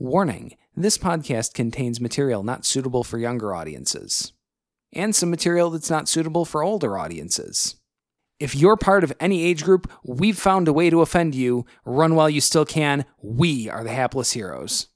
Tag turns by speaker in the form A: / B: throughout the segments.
A: Warning this podcast contains material not suitable for younger audiences, and some material that's not suitable for older audiences. If you're part of any age group, we've found a way to offend you. Run while you still can. We are the hapless heroes.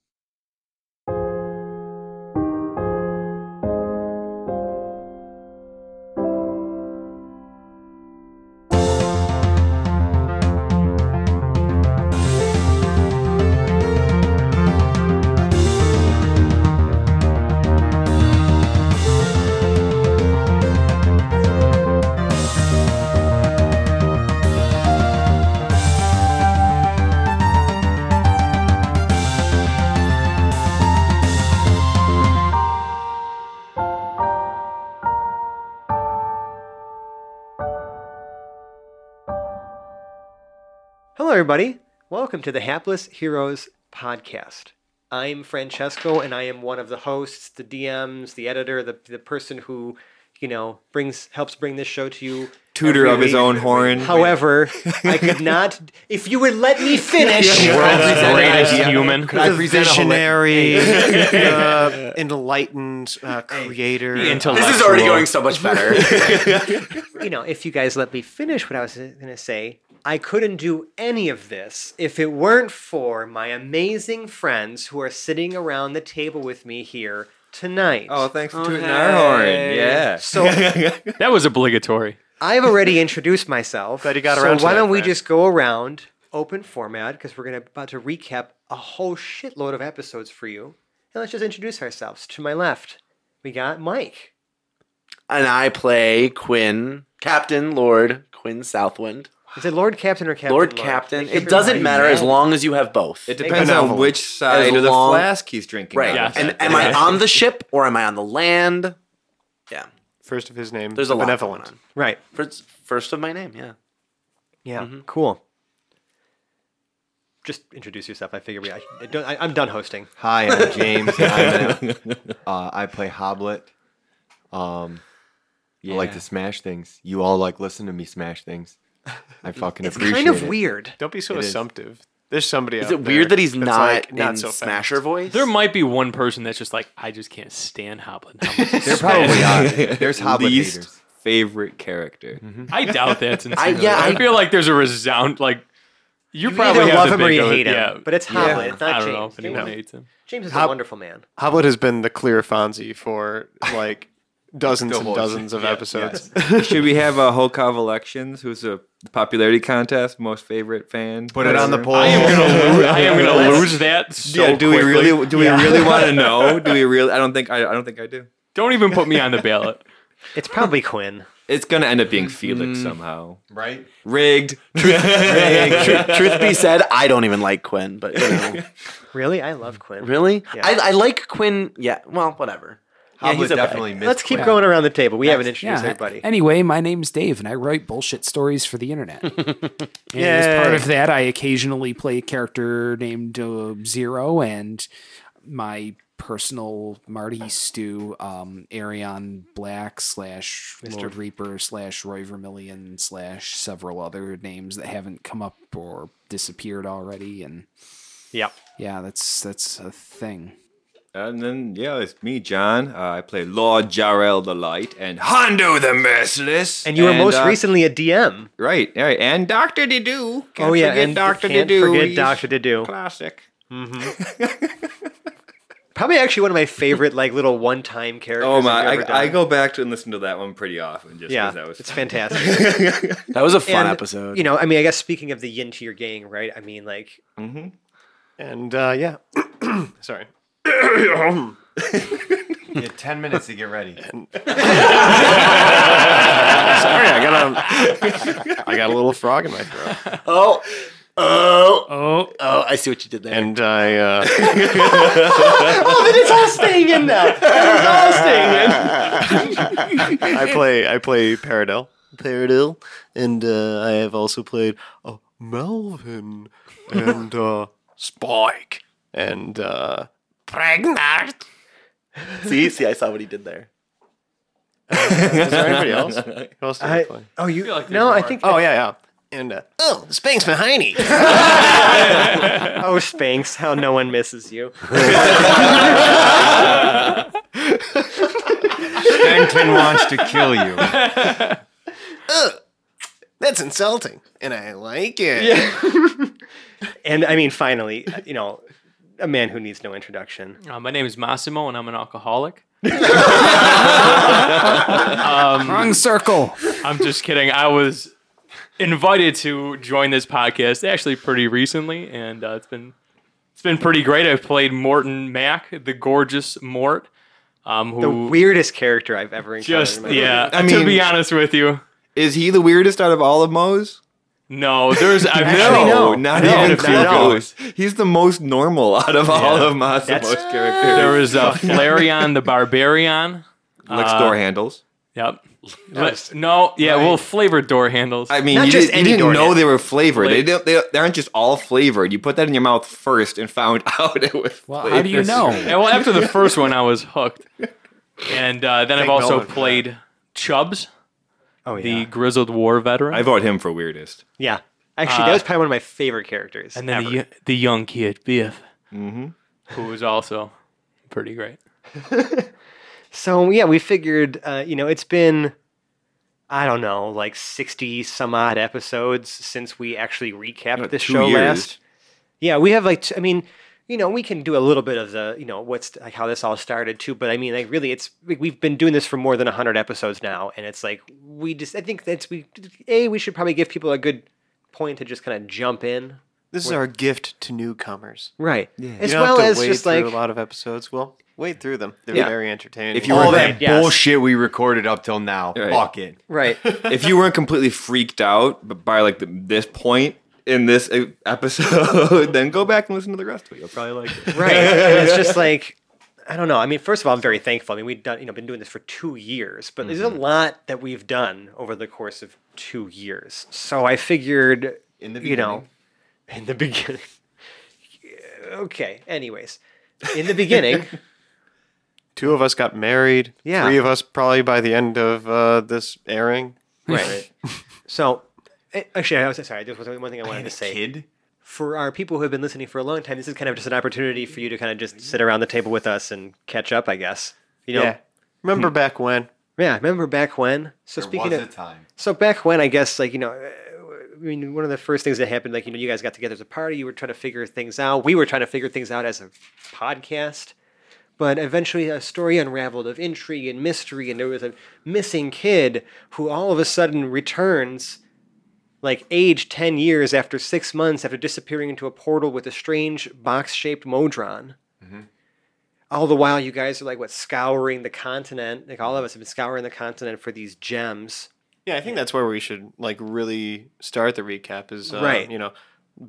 B: Hello, everybody. Welcome to the Hapless Heroes podcast. I'm Francesco, and I am one of the hosts, the DMs, the editor, the, the person who, you know, brings helps bring this show to you.
C: Tutor
B: every
C: of his
B: week.
C: own horn.
B: However, I could not. If you would let me finish,
D: World's greatest
C: Yeah.
D: human.
C: Could I
E: the
C: present a holi-
E: visionary, uh, enlightened uh, creator.
D: Intellectual.
C: This is already going so much better.
B: you know, if you guys let me finish what I was going to say, I couldn't do any of this if it weren't for my amazing friends who are sitting around the table with me here tonight.
C: oh, thanks for tooting our horn. Yeah.
B: so
D: That was obligatory.
B: I've already introduced myself.
E: Glad you got
B: so
E: around to
B: why
E: that,
B: don't we
E: Fran.
B: just go around open format because we're gonna about to recap a whole shitload of episodes for you. And let's just introduce ourselves. To my left, we got Mike.
C: And I play Quinn, Captain Lord Quinn Southwind.
B: Is it Lord Captain or Captain?
C: Lord Captain.
B: Make sure
C: It doesn't
B: you're
C: matter
B: right.
C: as long as you have both.
F: It depends on
E: Benevolent.
F: which side
C: As
F: of the
C: long-
F: flask he's drinking.
C: right.
D: Yes.
F: out of.
C: And am I on the ship or am I on the land? Yeah.
E: First of his name.
C: There's a lot
E: benevolent.
C: going on.
B: Right.
C: First, first of my name, yeah.
B: Yeah.
C: Mm-hmm.
B: Cool. Just introduce yourself. I figure we. I, I don't, I, I'm done hosting.
F: Hi, I'm James. and I'm in it. uh, I play Hoblet. Um, I like to smash things. You all like listen to me smash things. I fucking
B: It's
F: appreciate
B: kind of
F: it.
B: weird.
E: Don't be so
F: It is.
E: assumptive. There's somebody.
C: Is it weird that he's not in
E: so
C: Smasher
E: fast.
C: voice?
D: There might be one person that's just like, I just can't stand Hoblin. How much he
F: There probably
D: spends."
F: are. There's Hoblet
C: Least
F: haters.
C: favorite character.
G: Mm-hmm.
D: I doubt that's insane.
C: I- yeah,
D: I
C: I-
D: feel like there's a resound like you,
B: You
D: probably
B: either
D: have
B: love
D: to
B: him or
D: think
B: you
D: of it-
B: hate him.
D: Yeah.
B: But it's Hoblet, not
D: I don't
B: James.
D: know if anyone
B: James,
D: hates him.
B: James is a
E: Hob-
B: wonderful man.
E: Hoblet has been the clear Fonzie for like dozens
F: The
E: and
F: whole
E: dozens of
F: yeah,
E: episodes.
G: Should we have a Hokov elections? Who's a popularity contest? Most favorite fan?
F: Put it on the poll.
D: I am
E: Oh.
D: gonna lose I am gonna lose that so
G: yeah. Oh, Do we
D: quickly.
G: really? Do we really want to know? Do we really? I don't think. I, I don't think I do.
D: Don't even put me on the ballot.
B: It's probably Quinn.
G: It's gonna end up being Felix somehow.
F: Mm-hmm. right.
G: Rigged.
C: Tru- truth be said, I don't even like Quinn, but you know.
B: Mm. Really, I love Quinn.
C: Really?
B: Yeah.
C: I, I like Quinn. Yeah, well, whatever. Yeah,
F: Hoblet
C: he's okay.
F: definitely missed.
B: Let's keep
F: Quinn.
B: going around the table. We haven't introduced everybody.
A: Anyway, my name's Dave, and I write bullshit stories for the internet. and as part of that, I occasionally play a character named uh, Zero, and my personal Marty Stew, um, Arion Black slash Lord Reaper slash Roy Vermilion slash several other names that haven't come up or disappeared already, and
B: Yep.
A: yeah, that's that's a thing.
G: And then yeah, it's me, John. Uh, I play Lord Jarel the Light and Hondo the Merciless.
B: And you were most
G: uh,
B: recently a DM.
G: right? Right. And Doctor Didoo. Can't
B: Oh yeah,
G: forget
B: and
G: Doctor
B: can't
G: Didoo.
B: forget
G: He's
B: Doctor Didoo.
G: Classic.
B: Probably actually one of my favorite like little one-time characters.
G: Oh
B: I've
G: my!
B: ever done.
G: I, I go back to and listen to that one pretty often. Just
B: Yeah,
G: because that was
B: it's
G: fun.
B: fantastic.
C: That was a fun
B: And,
C: episode.
B: You know, I mean, I guess speaking of the yin to your gang, right? I mean, like,
E: And uh, yeah, sorry.
F: You had ten minutes to get ready.
E: Sorry, I got a, I got a little frog in my throat,
C: oh, oh,
D: Oh
C: oh! I see what you did there.
E: and I uh,
B: oh, then it's all staying in now. It's all staying in.
E: I play I play Paradil. Paradil, and uh, I have also played uh, Melvin and uh, Spike and uh, Pregnant.
C: see, see, I saw what he did there.
E: Is there anybody else? Who else did I,
B: I,
E: play?
B: oh, you?
D: feel like there's
B: no, I
D: more.
B: think.
E: Oh yeah, yeah. and uh, oh, Spanks Mahoney.
B: Oh, Spanx, how no one misses you.
G: Benton wants to kill you.
E: That's insulting, and I like it.
B: And I mean, finally, you know, a man who needs no introduction.
D: Uh, my name is Massimo, and I'm an alcoholic.
A: Wrong circle.
D: I'm just kidding. I was invited to join this podcast actually pretty recently, and uh, it's been it's been pretty great. I've played Morton Mack, the gorgeous Mort, um,
B: The
D: who
B: weirdest character I've ever encountered.
D: just
B: in my life.
D: yeah.
G: I
D: to
G: mean-
D: be honest with you,
G: Is he the weirdest out of all of Moe's?
D: no, there's I've
G: No,
D: never-
G: not
D: No,
G: even
D: not
G: Phil
D: at all.
G: Goose. He's the most normal out of all
D: Yeah.
G: of Massimo's
B: That's-
G: characters.
D: There was uh, Flareon the Barbarian.
G: Licks
D: uh,
G: door handles.
D: Yep. But- no, yeah, well, flavored door handles.
G: I mean,
B: Not
G: you,
B: just
G: did, you
B: any door
G: didn't know
B: handle.
G: they were flavored. They,
D: Like-
G: don't, they, they aren't just all flavored. You put that in your mouth first and found out it was
A: Well, how do you
G: flavored.
A: know?
D: Yeah, well, after the first one, I was hooked. And uh, then I've also played Chubbs,
B: Oh, yeah.
D: the grizzled war veteran,
G: I vote him for weirdest.
B: yeah. Actually, that was probably one of my favorite characters.
D: Uh, and then
B: ever.
D: the, y- the young kid, Biff,
B: Mm-hmm.
D: who was also pretty great.
B: So yeah, we figured, uh, you know, it's been, I don't know, like sixty some odd episodes since we actually recapped this
G: two
B: show
G: years.
B: last. Yeah, we have like, t- I mean, you know, we can do a little bit of the, you know, what's like how this all started too. But I mean, like, really, it's like, we've been doing this for more than hundred episodes now, and it's like we just, I think that's we, a, we should probably give people a good point to just kind of jump in,
E: This is our gift to newcomers.
B: right? As
E: You don't
B: well
E: have to
B: as
E: wade
B: just
E: through
B: like
E: a lot of episodes. Well, wade through them. They're
B: Yeah.
E: very entertaining.
F: If you
B: All
F: all
B: that,
F: that
B: yes.
F: bullshit we recorded up till now,
G: Right.
F: fuck it.
B: right.
G: if you weren't completely freaked out b- by like the, this point in this e- episode, then go back and listen to the rest of it. You'll probably like it.
B: right and it's just like i don't know i mean first of all i'm very thankful i mean we've done you know been doing this for two years but there's a lot that we've done over the course of two years so i figured
F: In the
B: you know in the beginning okay anyways in the beginning
E: Two of us got married.
B: Yeah.
E: Three of us probably by the end of uh, this airing.
B: right so eh, actually i was sorry there was one thing i wanted to say
F: Kid?
B: for our people who have been listening for a long time, this is kind of just an opportunity for you to kind of just sit around the table with us and catch up, I guess. You know,
E: Yeah. Remember
B: Hmm.
E: back when?
B: yeah remember back when? So
F: There
B: speaking
F: was
B: of
F: a time.
B: So back when I guess like you know, uh, I mean one of the first things that happened like you know you guys got together as a party, you were trying to figure things out. We were trying to figure things out as a podcast, but eventually a story unraveled of intrigue and mystery, and there was a missing kid who all of a sudden returns. Like aged ten years after six months after disappearing into a portal with a strange box-shaped modron, all the while you guys are like what scouring the continent. Like all of us have been scouring the continent for these gems,
E: Yeah, I think that's where we should like really start the recap. Is uh,
B: Right.
E: You know,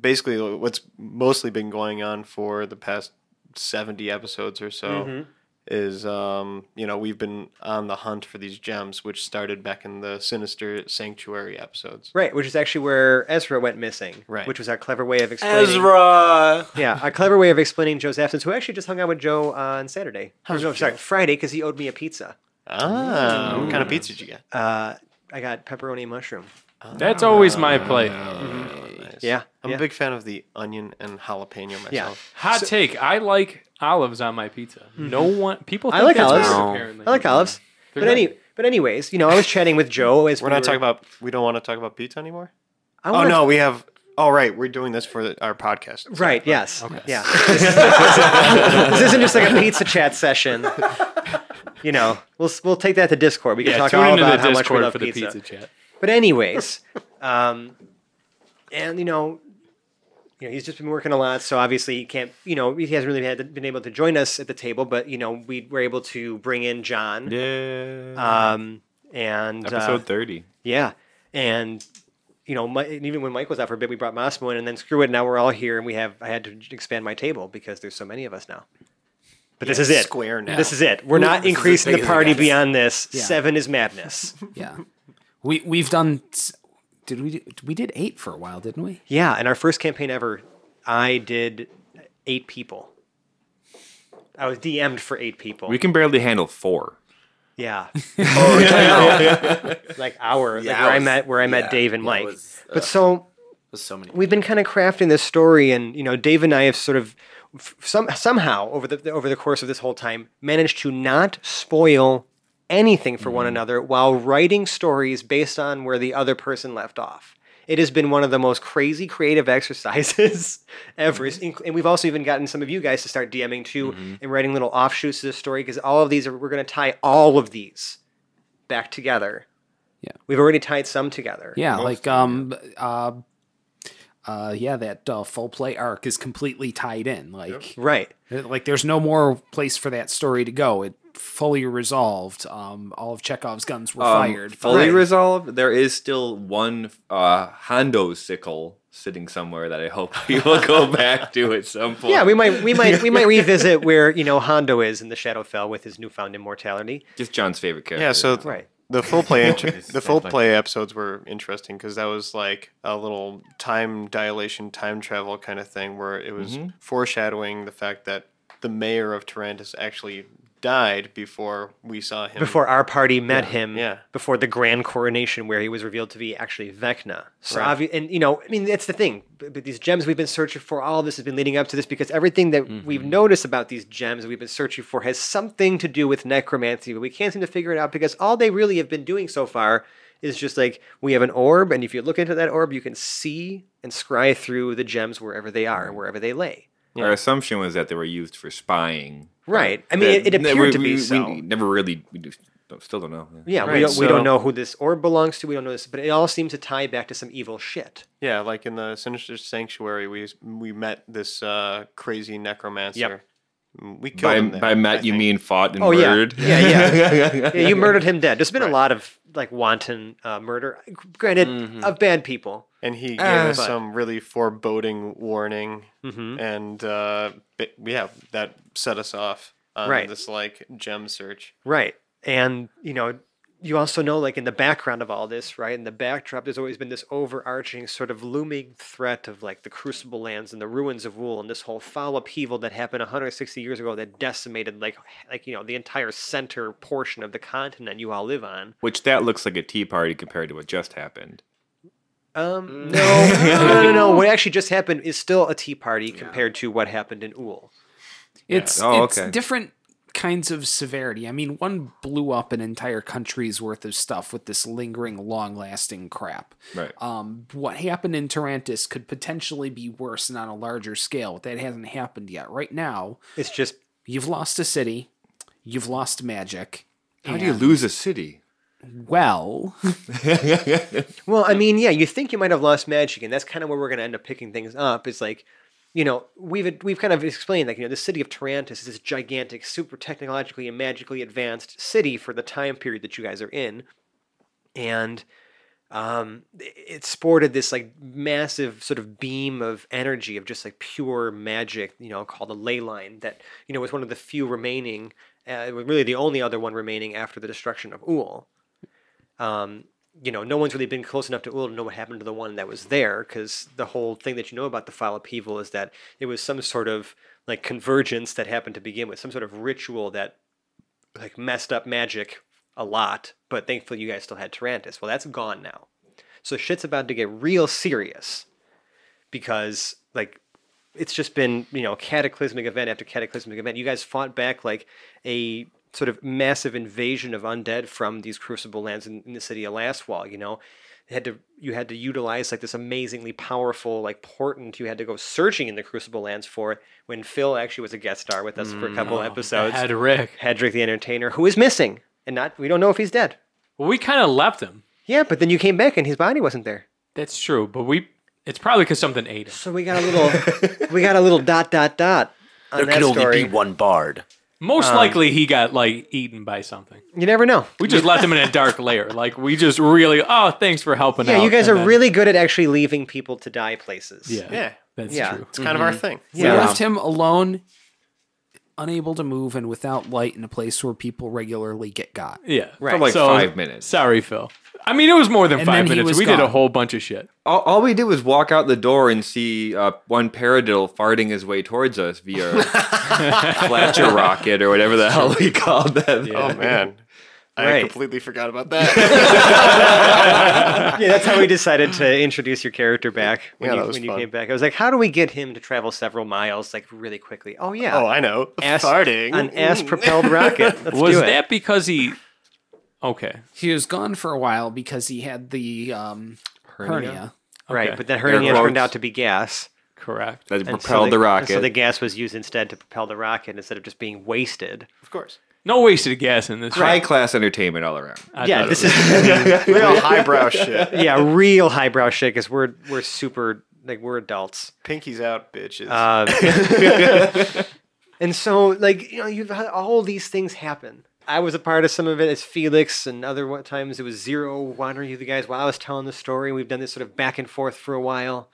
E: basically what's mostly been going on for the past seventy episodes or so
B: Mm-hmm.
E: is um, you know we've been on the hunt for these gems, which started back in the Sinister Sanctuary episodes.
B: Right, which is actually where Ezra went missing.
E: Right.
B: Which was our clever way of explaining. Yeah, our clever way of explaining Joe's absence, who actually just hung out with Joe on Saturday. Or no, sorry, Friday, because he owed me a pizza.
E: Ah, what kind of pizza did you get?
B: Uh, I got pepperoni and mushroom.
D: That's always my play.
B: Yeah.
E: I'm
B: yeah.
E: a big fan of the onion and jalapeno myself.
B: Yeah.
D: Hot take: I like olives on my pizza. No one, people.
B: I
D: Think
B: like
D: that's
B: olives.
D: weird,
B: No.
D: apparently.
B: I like olives. But any but anyways, you know, I was chatting with Joe as
E: We're
B: we
E: not
B: were-
E: talking about. We don't want to talk about pizza anymore.
B: I
E: Oh
B: wanna-
E: no, we have. All right, we're doing this for our podcast.
B: Right, yes. Yeah. This, is- this isn't just like a pizza chat session. You know, we'll we'll take that to Discord. We can
D: Yeah,
B: talk
D: tune
B: all
D: into
B: about
D: the
B: how much we
D: Discord
B: love
D: for the
B: pizza.
D: pizza chat.
B: But anyways, um, and you know, you know, he's just been working a lot, so obviously he can't. You know, he hasn't really had, been able to join us at the table, but you know, we were able to bring in John.
G: Yeah.
B: Um, and uh,
G: Episode 30.
B: yeah, and you know, Mi- and even when Mike was out for a bit, we brought Massimo in, and then screw it, now we're all here, and we have. I had to expand my table because there's so many of us now. But this is it.
E: Square now.
B: This is it. We're not
A: this is as
B: increasing
A: big
B: the
A: as it
B: party
A: gets.
B: beyond this.
A: Yeah.
B: Seven is madness.
A: Yeah, we we've done. s- Did we do- we did eight for a while, didn't we?
B: Yeah, in our first campaign ever, I did eight people. I was DM'd for eight people.
G: We can barely handle four.
B: Yeah. Oh,
C: yeah.
B: like our like
C: Yeah,
B: where I
C: was-
B: met where I met
C: yeah,
B: Dave and
C: yeah, it
B: Mike.
C: was,
B: but
C: uh,
B: so
C: There's so many.
B: we've been kind of crafting this story, and you know, Dave and I have sort of f- some somehow over the over the course of this whole time managed to not spoil anything for
A: Mm.
B: one another while writing stories based on where the other person left off. It has been one of the most crazy creative exercises ever.
A: Mm-hmm.
B: It's inc- And we've also even gotten some of you guys to start DMing too and writing little offshoots to this story because all of these are, we're going to tie all of these back together.
A: Yeah.
B: We've already tied some together.
A: Yeah, like um uh uh yeah, that uh, full play arc is completely tied in. Like
B: Right.
A: like there's no more place for that story to go. It fully resolved. Um all of Chekhov's guns were
G: Um,
A: fired.
G: fully
B: Right.
G: resolved. There is still one uh, Hondo sickle sitting somewhere that I hope we will go back to at some point.
B: Yeah, we might we might we might revisit where, you know, Hondo is in the Shadowfell with his newfound immortality.
G: just John's favorite character.
E: Yeah, so
B: Right.
E: the full play int- the full
F: Sounds like-
E: play episodes were interesting because that was like a little time dilation, time travel kind of thing where it was
B: Mm-hmm.
E: foreshadowing the fact that the mayor of Tarantus actually died before we saw him.
B: Before our party met him,
E: yeah.
B: before the grand coronation, where he was revealed to be actually Vecna. So,
E: Right.
B: obvi- and you know, I mean, that's the thing. But, but these gems we've been searching for, all of this has been leading up to this because everything that
E: Mm-hmm.
B: we've noticed about these gems we've been searching for has something to do with necromancy, but we can't seem to figure it out because all they really have been doing so far is just like we have an orb, and if you look into that orb, you can see and scry through the gems wherever they are, wherever they lay.
G: Our assumption was that they were used for spying.
B: Right. I mean, it, it
G: That- that
B: appeared
G: we-
B: to be
G: we,
B: so.
G: We never really. We just don't- still don't know.
B: yeah, we
E: Right,
B: don't we
E: so-
B: don't know who this orb belongs to. We don't know this, but it all seems to tie back to some evil shit.
E: Yeah, like in the Sinister Sanctuary, we we met this uh, crazy necromancer. Mm, We killed
G: By,
E: him. There,
G: by
E: I
G: met you
E: think.
G: mean fought and
B: Oh, yeah.
G: murdered.
B: Yeah, yeah. Yeah, you murdered him dead. There's been a lot of like wanton uh, murder, granted of bad people.
E: and he gave
B: Ah.
E: us some really foreboding warning,
B: Mm-hmm.
E: and uh, bi- yeah, that set us off on
B: Right.
E: this like gem search.
B: Right. And, you know, you also know, like, in the background of all this, right, in the backdrop, there's always been this overarching sort of looming threat of, like, the Crucible lands and the ruins of Wool and this whole foul upheaval that happened 160 years ago that decimated, like, h- like you know, the entire center portion of the continent you all live on.
G: Which that looks like a tea party compared to what just happened.
B: Um, no, no, no, no, no. What actually just happened is still a tea party compared to what happened in Uhl.
A: It's
G: Oh,
A: it's
G: okay.
A: different kinds of severity. I mean, one blew up an entire country's worth of stuff with this lingering, long-lasting crap.
G: Right.
A: Um, what happened in Tarantis could potentially be worse and on a larger scale. That hasn't happened yet. Right now,
B: It's just
A: you've lost a city, you've lost magic.
G: How do you
A: and-
G: lose a city?
A: Well,
B: Well, I mean, yeah, you think you might have lost magic, and that's kind of where we're going to end up picking things up. Is like, you know, we've we've kind of explained like you know the city of Tarantus is this gigantic, super technologically and magically advanced city for the time period that you guys are in, and um, it sported this like massive sort of beam of energy of just like pure magic, you know, called the ley line that you know was one of the few remaining, uh, really the only other one remaining after the destruction of Uul um, you know, no one's really been close enough to Ull to know what happened to the one that was there, because the whole thing that you know about the file upheaval is that it was some sort of like convergence that happened to begin with, some sort of ritual that like messed up magic a lot. But thankfully, you guys still had Tarantus. Well, that's gone now, so shit's about to get real serious, because like it's just been you know cataclysmic event after cataclysmic event. You guys fought back like a sort of massive invasion of undead from these crucible lands in, in the city of Lastwall. You know, It had to you had to utilize like this amazingly powerful like portent. You had to go searching in the crucible lands for when Phil actually was a guest star with us for a couple episodes.
D: Had Rick.
B: Hedrick the Entertainer, who is missing and not we don't know if he's dead.
D: Well, we kind of left him.
B: Yeah, but then you came back and his body wasn't there.
D: That's true, but we. It's probably because something ate him.
B: So we got a little we got a little dot dot dot on
C: There
B: that
C: could only
B: story.
C: be one bard.
D: Most
B: Uh,
D: likely, he got like eaten by something.
B: You never know.
D: We just left him in a dark layer. Like we just really. Oh, thanks for helping out.
B: Yeah, you guys
D: and
B: are
D: then-
B: really good at actually leaving people to die places.
D: Yeah,
E: Yeah,
D: that's
B: Yeah.
D: true.
E: it's kind of our thing.
A: we
B: Mm-hmm. Yeah.
A: left him alone, unable to move, and without light in a place where people regularly get got.
D: Yeah,
B: Right.
G: For like
D: So-
G: five minutes.
D: Sorry, Phil. I mean, it was more than
A: And
D: five
A: then he
D: minutes.
A: was
D: We did a
A: gone.
D: whole bunch of shit.
G: All, all we did was walk out the door and see uh, one paradiddle farting his way towards us via Fletcher rocket or whatever the hell we called that.
E: Oh man, I
B: Right.
E: completely forgot about that.
B: yeah, that's how we decided to introduce your character back when,
E: Yeah,
B: you,
E: that was
B: when you
E: fun.
B: came back. I was like, how do we get him to travel several miles like really quickly? Oh yeah,
E: oh, I know.
B: ass,
E: Farting.
B: an ass propelled rocket. Let's
D: was
B: do it.
D: that because he? Okay.
A: He was gone for a while because he had the um, hernia.
B: right?
D: Okay.
B: But that
G: Air
B: hernia turned
G: quotes.
B: out to be gas.
D: Correct.
G: That
B: and so
G: propelled the
B: and
G: rocket.
B: So the gas was used instead to propel the rocket instead of just being wasted.
E: Of course.
D: No wasted gas in this.
G: High class entertainment all around.
D: I
B: yeah,
D: thought
B: this
D: it was-
B: is
E: Real highbrow shit.
B: yeah real highbrow shit because we're we're super like we're adults.
E: Pinkies out, bitches.
B: Um, and so, like, you know, you've had all these things happen. I was a part of some of it as Felix, and other wa- times it was Zero wandering you the guys while I was telling the story. We've done this sort of back and forth for a while.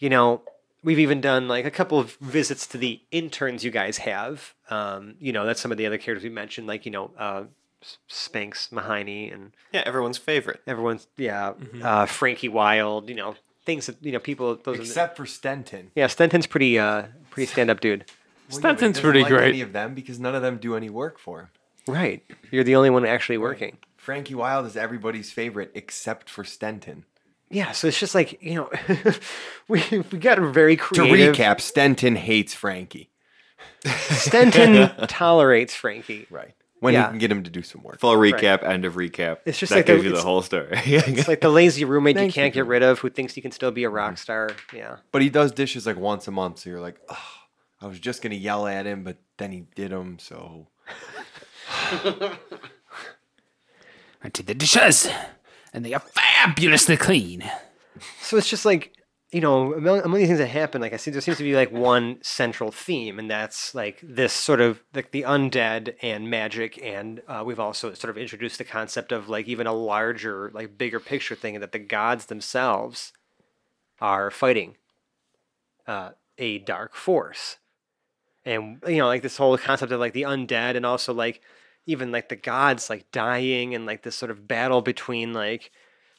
B: You know, we've even done like a couple of visits to the interns you guys have. Um, you know, that's some of the other characters we mentioned, like, you know, uh, S- Spinks, Mahiney, and
E: yeah, everyone's favorite.
B: everyone's, yeah, uh, Frankie Wild, you know, things that, you know, people, those are the-
F: Except for Stenton.
B: yeah, Stenton's pretty uh pretty stand up dude.
F: Well, yeah, but he
D: Stenton's
F: doesn't
D: pretty
F: like
D: great.
F: Any of them because none of them do any work for him.
B: Right. You're the only one actually working.
F: Frankie Wilde is everybody's favorite except for Stenton.
B: Yeah, so it's just like, you know, we we got very
F: To
B: creative.
F: recap, Stenton hates Frankie.
B: Stenton tolerates Frankie.
F: Right. When
B: Yeah.
F: you can get him to do some work.
G: Full recap, end of recap.
B: It's just
G: that
B: like the-
G: gives you the
B: it's-
G: whole story.
B: It's like the lazy roommate you
F: Thank
B: can't
F: you.
B: get rid of who thinks you can still be a rock star. Yeah.
F: But he does dishes like once a month, so you're like, oh, I was just gonna yell at him, but then he did them, so
A: I did the dishes, and they are fabulously clean.
B: So it's just like, you know, among, among these things that happen, like I see there seems to be like one central theme, and that's like this sort of like the undead and magic, and uh, we've also sort of introduced the concept of like even a larger, like bigger picture thing that the gods themselves are fighting uh, a dark force, and you know, like this whole concept of like the undead, and also like even like the gods like dying, and like this sort of battle between like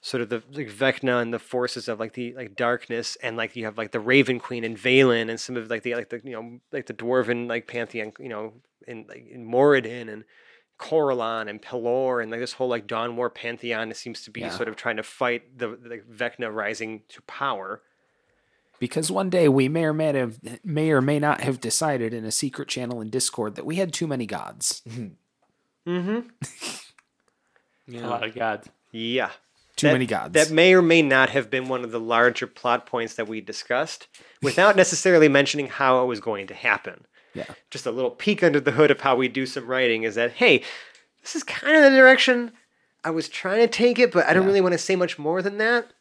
B: sort of the like Vecna and the forces of like the like darkness and like you have like the Raven Queen and Valen and some of like the like the you know like the dwarven like pantheon you know in like in Moradin and Coralon and Pelor and like this whole like Dawn War pantheon it seems to be
A: Yeah.
B: sort of trying to fight the like Vecna rising to power.
A: Because one day we may or may have may or may not have decided in a secret channel in Discord that we had too many gods,
B: Mm-hmm.
D: a lot of gods.
B: Yeah.
A: too
B: That-
A: many gods.
B: That may or may not have been one of the larger plot points that we discussed without necessarily mentioning how it was going to happen.
A: Yeah.
B: Just a little peek under the hood of how we do some writing is that, hey, this is kind of the direction I was trying to take it, but I don't really want to say much more than that.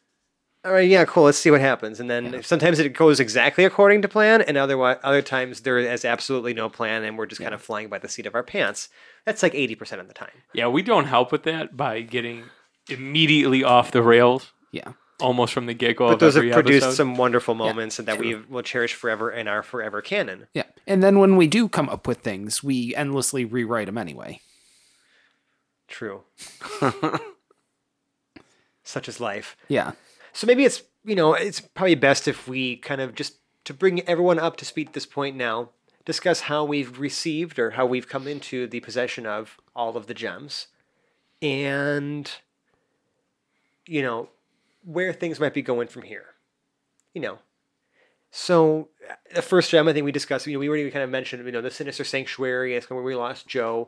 B: All right, yeah, cool. Let's see what happens. And then sometimes it goes exactly according to plan, and otherwise, other times there is absolutely no plan, and we're just kind of flying by the seat of our pants. That's like 80% of the time.
D: Yeah, we don't help with that by getting immediately off the rails
A: yeah,
D: almost from the get go.
B: But those have produced
D: episode.
B: some wonderful moments and that we will cherish forever in our forever canon.
A: yeah. And then when we do come up with things, we endlessly rewrite them anyway.
B: True. Such is life.
A: Yeah,
B: So maybe it's, you know, it's probably best if we kind of just to bring everyone up to speed at this point now, discuss how we've received or how we've come into the possession of all of the gems and, you know, where things might be going from here. You know, So uh, the first gem I think we discussed, you know, we already kind of mentioned, you know, the Sinister Sanctuary. It's where we lost Joe.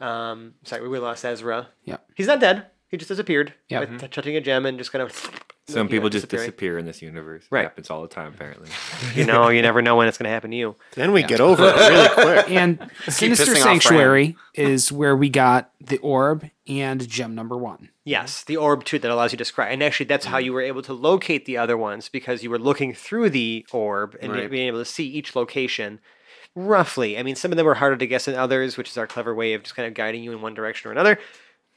B: Um, sorry, where we lost Ezra.
A: Yeah.
B: he's not dead. He just disappeared.
A: Yeah. Mm-hmm.
B: by t- touching a gem and just kind of.
G: Some
B: you
G: people
B: know,
G: just
B: disappearing.
G: disappear in this universe.
B: Right.
G: It happens all the time, apparently.
B: You know, you never know when it's going to happen to you.
E: Then we get over it really quick.
A: and Sinister
C: pissing off
A: Sanctuary is where we got the orb and gem number one.
B: Yes, the orb too that allows you to scry, and actually that's how you were able to locate the other ones because you were looking through the orb and
C: Right.
B: being able to see each location roughly. I mean, some of them were harder to guess than others, which is our clever way of just kind of guiding you in one direction or another.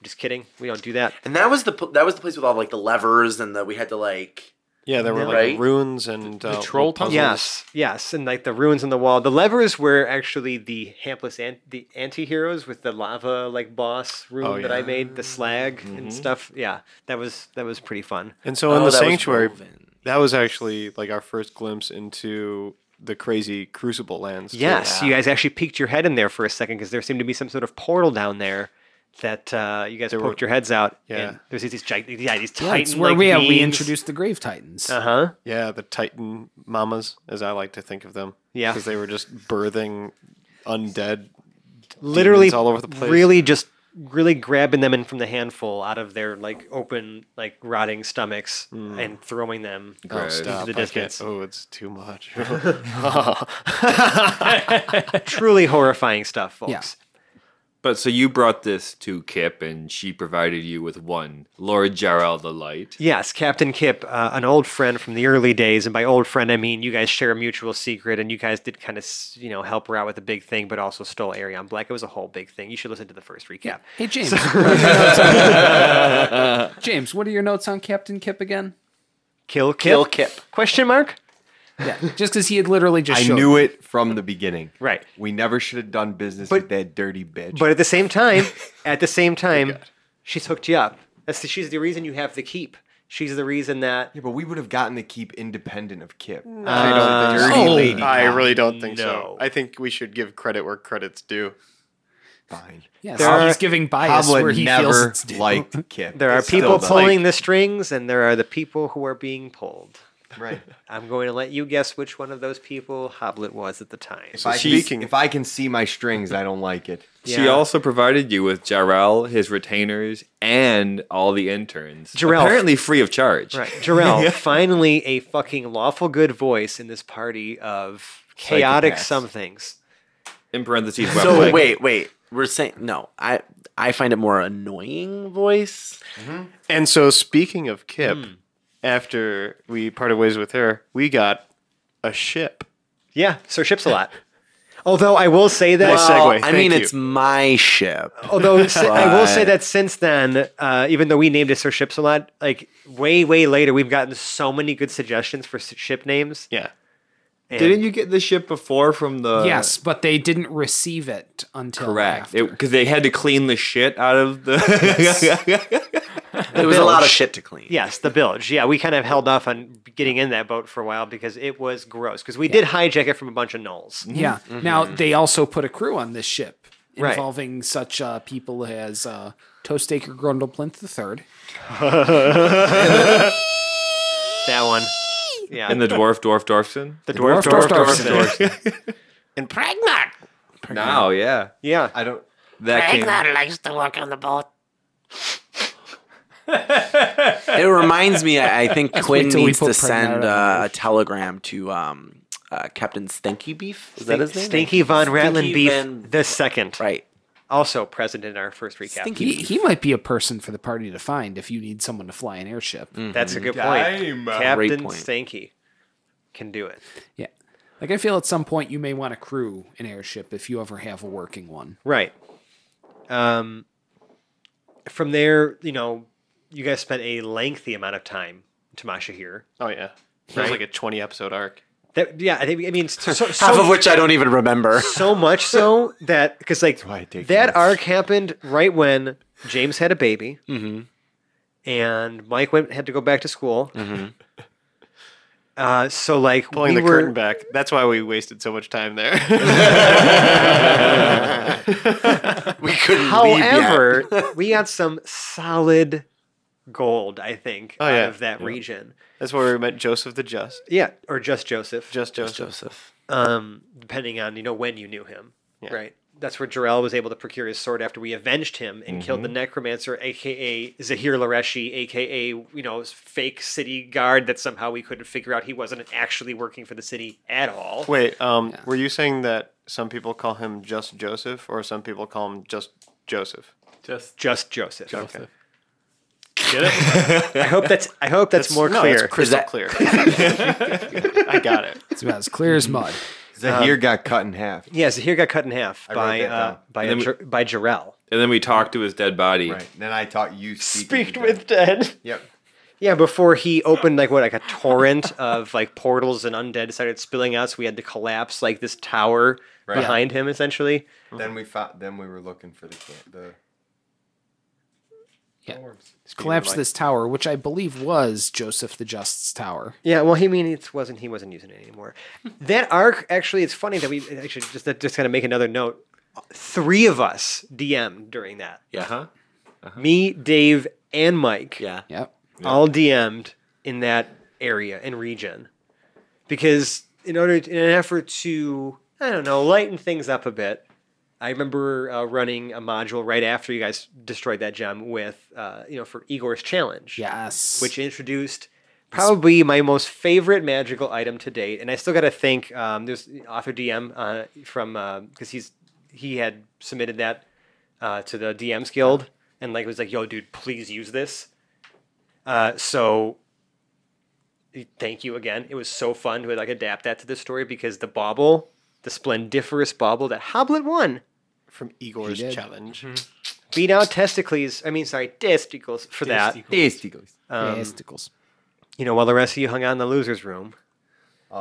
B: Just kidding, we don't do that.
C: And that was the pl- that was the place with all like the levers and the we had to like
E: Yeah, there were like
C: Right?
E: runes and uh,
D: troll tunnels.
B: Yes, yes, and like the ruins on the wall. The levers were actually the hapless an- the anti-heroes with the lava like boss room that I
E: yeah.
B: made, the slag and stuff. Yeah, that was that was pretty fun.
E: And so in
C: Oh,
E: the
C: that was
E: sanctuary,
C: Woven.
E: that was actually like our first glimpse into the crazy crucible lands. too.
B: Yes, you guys actually peeked your head in there for a second because there seemed to be some sort of portal down there that uh, you guys poked your heads out.
E: Yeah.
B: and there's these giant, yeah, these
A: Yeah, it's
B: titan
A: where
B: like
A: we, yeah,
B: beings.
A: we introduced the Grave Titans.
B: Uh huh.
E: Yeah, the Titan mamas, as I like to think of them.
B: Yeah.
E: because they were just birthing undead.
B: Literally,
E: demons all over the place.
B: Really, just really grabbing them in from the handful out of their like open, like rotting stomachs
E: Hmm.
B: and throwing them.
E: Oh, stop!
B: the
E: I can't-
B: distance.
E: Oh, it's too much.
B: Truly horrifying stuff, folks.
A: Yeah.
G: But so you brought this to Kip, and she provided you with one Lord Jarl the Light.
B: Yes, Captain Kip, uh, an old friend from the early days, and by old friend I mean you guys share a mutual secret, and you guys did kind of you know help her out with a big thing, but also stole Arion Black. It was a whole big thing. You should listen to the first recap.
A: Hey James, what are your notes on- James, what are your notes on Captain Kip again?
B: Kill Kip?
C: Kill Kip.
B: Question mark?
A: Yeah, just because he had literally just.
F: I
A: showed
F: knew it from the beginning.
B: Right.
F: We never should have done business with that dirty bitch.
B: But at the same time, at the same time, she's hooked you up. That's the, she's the reason you have the keep. She's the reason that
F: yeah, but we would have gotten the keep independent of Kip.
E: I,
F: Dirty
E: don't think
F: lady.
E: so. I really don't think
B: No.
E: so. I think we should give credit where credit's due.
F: Fine.
A: Yes,
B: There
A: he's
B: are-
A: giving bias where
F: Hoblet
A: he feels
F: never
A: it's due.
F: liked Kip.
B: there are
F: Still
B: people
F: does.
B: pulling the strings, and there are the people who are being pulled.
F: Right.
B: I'm going to let you guess which one of those people Hoblet was at the time.
F: If I, can,
E: Speaking-
F: if I can see my strings, I don't like it.
G: She
B: Yeah.
G: also provided you with Jarl, his retainers, and all the interns.
B: Jarrell.
G: Apparently free of charge.
B: Right, Jarrell, finally a fucking lawful good voice in this party of chaotic
F: Psychopaths.
B: somethings.
G: In parentheses,
C: So
G: webleg.
C: wait, wait. We're saying no. I I find it more annoying voice.
E: And so, speaking of Kip,
D: Hmm.
E: after we parted ways with her, we got a ship.
B: Yeah, Sir Ships a lot. Although I will say that
E: Nice segue.
C: I
E: Thank
C: mean,
E: you.
C: it's my ship.
B: Although s- I will say
C: Right.
B: that since then, uh, even though we named it Sir Ships a lot, like way, way later, we've gotten so many good suggestions for s- ship names.
E: Yeah,
B: and-
G: Didn't you get the ship before from the
A: Yes, but they didn't receive it until
G: Correct.
A: after.
G: Because they had to clean the shit out of the.
C: It was a lot of shit to clean.
B: Yes, the bilge. Yeah, we kind of held off on getting in that boat for a while because it was gross. Because we did hijack it from a bunch of gnolls.
A: Yeah. Now they also put a crew on this ship
B: Right.
A: involving such uh, people as uh, Toastacre Grundleplinth the Third.
B: That one. Yeah.
G: and the dwarf, dwarf, dwarfson.
B: the dwarf, dwarf, dwarf, dwarf.
A: and Pragnar.
G: Now, yeah.
B: Yeah.
F: I don't.
G: That came.
H: likes to walk on the boat.
C: It reminds me. I I think Quinn
A: wait till we
C: needs
A: put
C: to
A: Pragnar
C: send
A: on
C: uh, a telegram to um, uh, Captain Stinky Beef. Is that his name?
B: Stinky Von Rattlin
C: Stinky
B: Beef
C: Van-
B: the second.
C: Right.
B: Also present in our first recap.
C: Stinky
A: He, he might be a person for the party to find if you need someone to fly an airship.
B: That's a good
G: Dime.
B: point. Captain
C: Great point.
B: Stanky can do it.
A: Yeah. Like I feel at some point you may want to crew an airship if you ever have a working one.
B: Right. Um, from there, you know, you guys spent a lengthy amount of time, Tamasha here.
E: Oh yeah, it
B: Right.
E: was like a twenty-episode arc.
B: That yeah, I think I mean so, so,
C: Half of which I don't even remember.
B: so much so that because like
F: why I
B: that
F: take notes.
B: arc happened right when James had a baby,
E: Mm-hmm.
B: and Mike went had to go back to school. Uh, so like
E: Mm-hmm. Pulling
B: we
E: the
B: were,
E: curtain back. That's why we wasted so much time there.
C: We couldn't leave yet.
B: However, we got some solid gold, I think,
E: Oh,
B: out
E: yeah.
B: of that region.
E: That's where we met Joseph the Just.
B: Yeah, or just Joseph,
E: Just Joseph.
C: Joseph.
B: um, depending on you know when you knew him,
E: Yeah.
B: right? That's where Jarrell was able to procure his sword after we avenged him and killed the necromancer, aka Zahir Lareshi, aka you know fake city guard that somehow we couldn't figure out he wasn't actually working for the city at all.
E: Wait, um, were you saying that some people call him just Joseph, or some people call him just Joseph?
D: Just
B: Just Joseph. Okay.
D: get it.
B: I hope that's I hope that's, more
E: no,
B: clear.
E: That's crystal
C: that-
E: clear. I got it.
A: It's about as clear as mud.
F: Zahir got cut in half.
B: Yeah, Zahir got cut in half
F: I wrote
B: by
F: that
B: uh,
F: down.
B: by
G: And
B: a,
G: then we-
B: Jar- by Jarrell.
G: And then we talked to his dead body.
F: Right. Then I taught you speak.
B: Speaked with dead.
F: Yep.
B: Yeah, before he opened like what like a torrent of like portals and undead started spilling out, so we had to collapse like this tower
F: Right.
B: behind him essentially.
F: Then we found. Then we were looking for the can- the
A: Yeah. Collapse this tower, which I believe was Joseph the Just's tower.
B: Yeah, well, he mean it wasn't he wasn't using it anymore. that arc actually, it's funny that we actually just that just kind of make another note. three of us DM during that.
C: Yeah. Huh?
B: Me, Dave, and Mike
C: Yeah.
A: Yep.
B: all DM'd in that area and region, because in order in an effort to I don't know lighten things up a bit, I remember uh, running a module right after you guys destroyed that gem with uh, you know for Igor's challenge
A: Yes.
B: which introduced probably my most favorite magical item to date. And I still got to thank um, there's author DM uh, from because he's he had submitted that uh, to the DMs Guild and like was like, "Yo, dude, please use this." Uh, so thank you again. It was so fun to like adapt that to the story because the bauble, the splendiferous bauble that Hoblet won.
E: from Igor's
A: did.
E: challenge.
B: Beat out testicles. I mean, sorry, testicles for that. Um,
A: Testicles.
B: you know, while the rest of you hung out in the losers' room,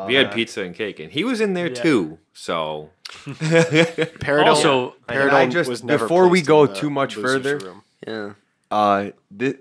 G: we had pizza and cake, and he was in there too. So
D: Oh,
E: Paradol,
D: Also,
E: Paradol
F: I just-
E: was never
F: before we
E: placed
F: go
E: in the
F: too much
E: loser's
F: further-
E: room.
C: Yeah.
F: Uh, thi-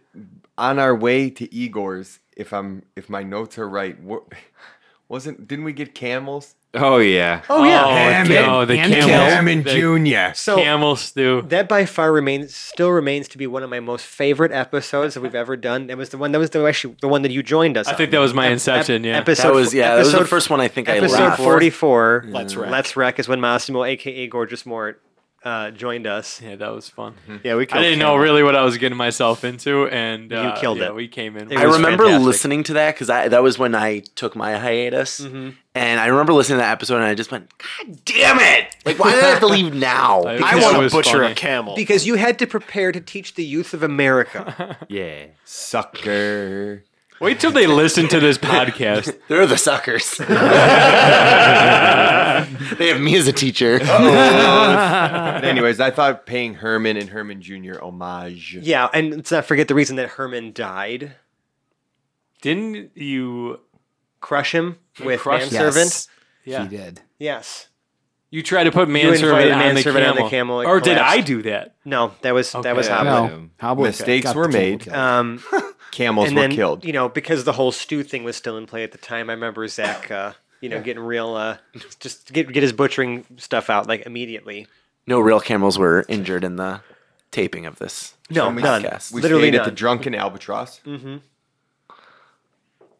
F: on our way to Igor's, if I'm if my notes are right, wa- wasn't didn't we get camels?
G: oh yeah,
B: Oh yeah.
A: Ham
D: no,
A: and-
D: the
A: and
D: camel,
A: Cam
F: and
D: the
F: Junior.
B: so
D: camel stew.
B: that by far remains still remains to be one of my most favorite episodes that we've ever done. That was the one that was the actually the one that you joined us.
D: I
B: on.
D: think that was my
B: Ep- ep-
D: inception. Yeah,
B: Episode
C: That was yeah. that was the
B: episode-
C: first one I think I
B: Episode
C: laughed.
B: forty four.
E: Let's wreck.
B: Let's wreck is when Massimo, aka Gorgeous Mort, uh, joined us.
D: yeah, that was fun.
B: Mhm.
E: Yeah, we
D: I didn't know really what I was getting myself into, and
B: You
D: uh,
B: killed
D: yeah,
B: it.
D: We came in.
B: It
C: I
B: was
C: remember
B: fantastic.
C: listening to that because that was when I took my hiatus,
F: Mm-hmm.
C: and I remember listening to that episode, and I just went, "God damn it! Like, why did I have to leave now?"
D: I-
E: I
D: That
E: want to
D: was
E: butcher
D: funny.
E: a camel.
B: Because you had to prepare to teach the youth of America.
C: yeah,
F: Sucker.
D: Wait till they listen to this podcast.
C: they're the suckers. they have me as a teacher.
F: But anyways, I thought paying Herman and Herman Junior homage.
B: yeah, and let's not forget the reason that Herman died.
D: Didn't you?
B: Crush him with
D: Crush-
B: manservant.
A: Yes.
D: Yeah.
A: He did.
B: yes.
D: You tried to put
B: invited
D: manservant on, the
B: manservant
D: camel.
B: on the camel, it
D: or did
B: collapsed.
D: I do that?
B: No, that was that was
D: Okay.
B: Hoblet.
A: No.
G: him.
A: Hoblet
F: Mistakes
A: got the
F: were
A: camel
F: made. Uh,
A: killed.
B: Um,
F: Camels
B: and
F: were
B: then
F: killed.
B: you know because the whole stew thing was still in play at the time. I remember Zach, uh, you know, getting real, uh, just get get his butchering stuff out like immediately.
C: no real camels were injured in the taping of this.
B: No,
F: we-
B: none.
C: Podcast.
F: We
B: Literally
F: stayed at the
B: none. Mm-hmm.
F: Drunken Albatross.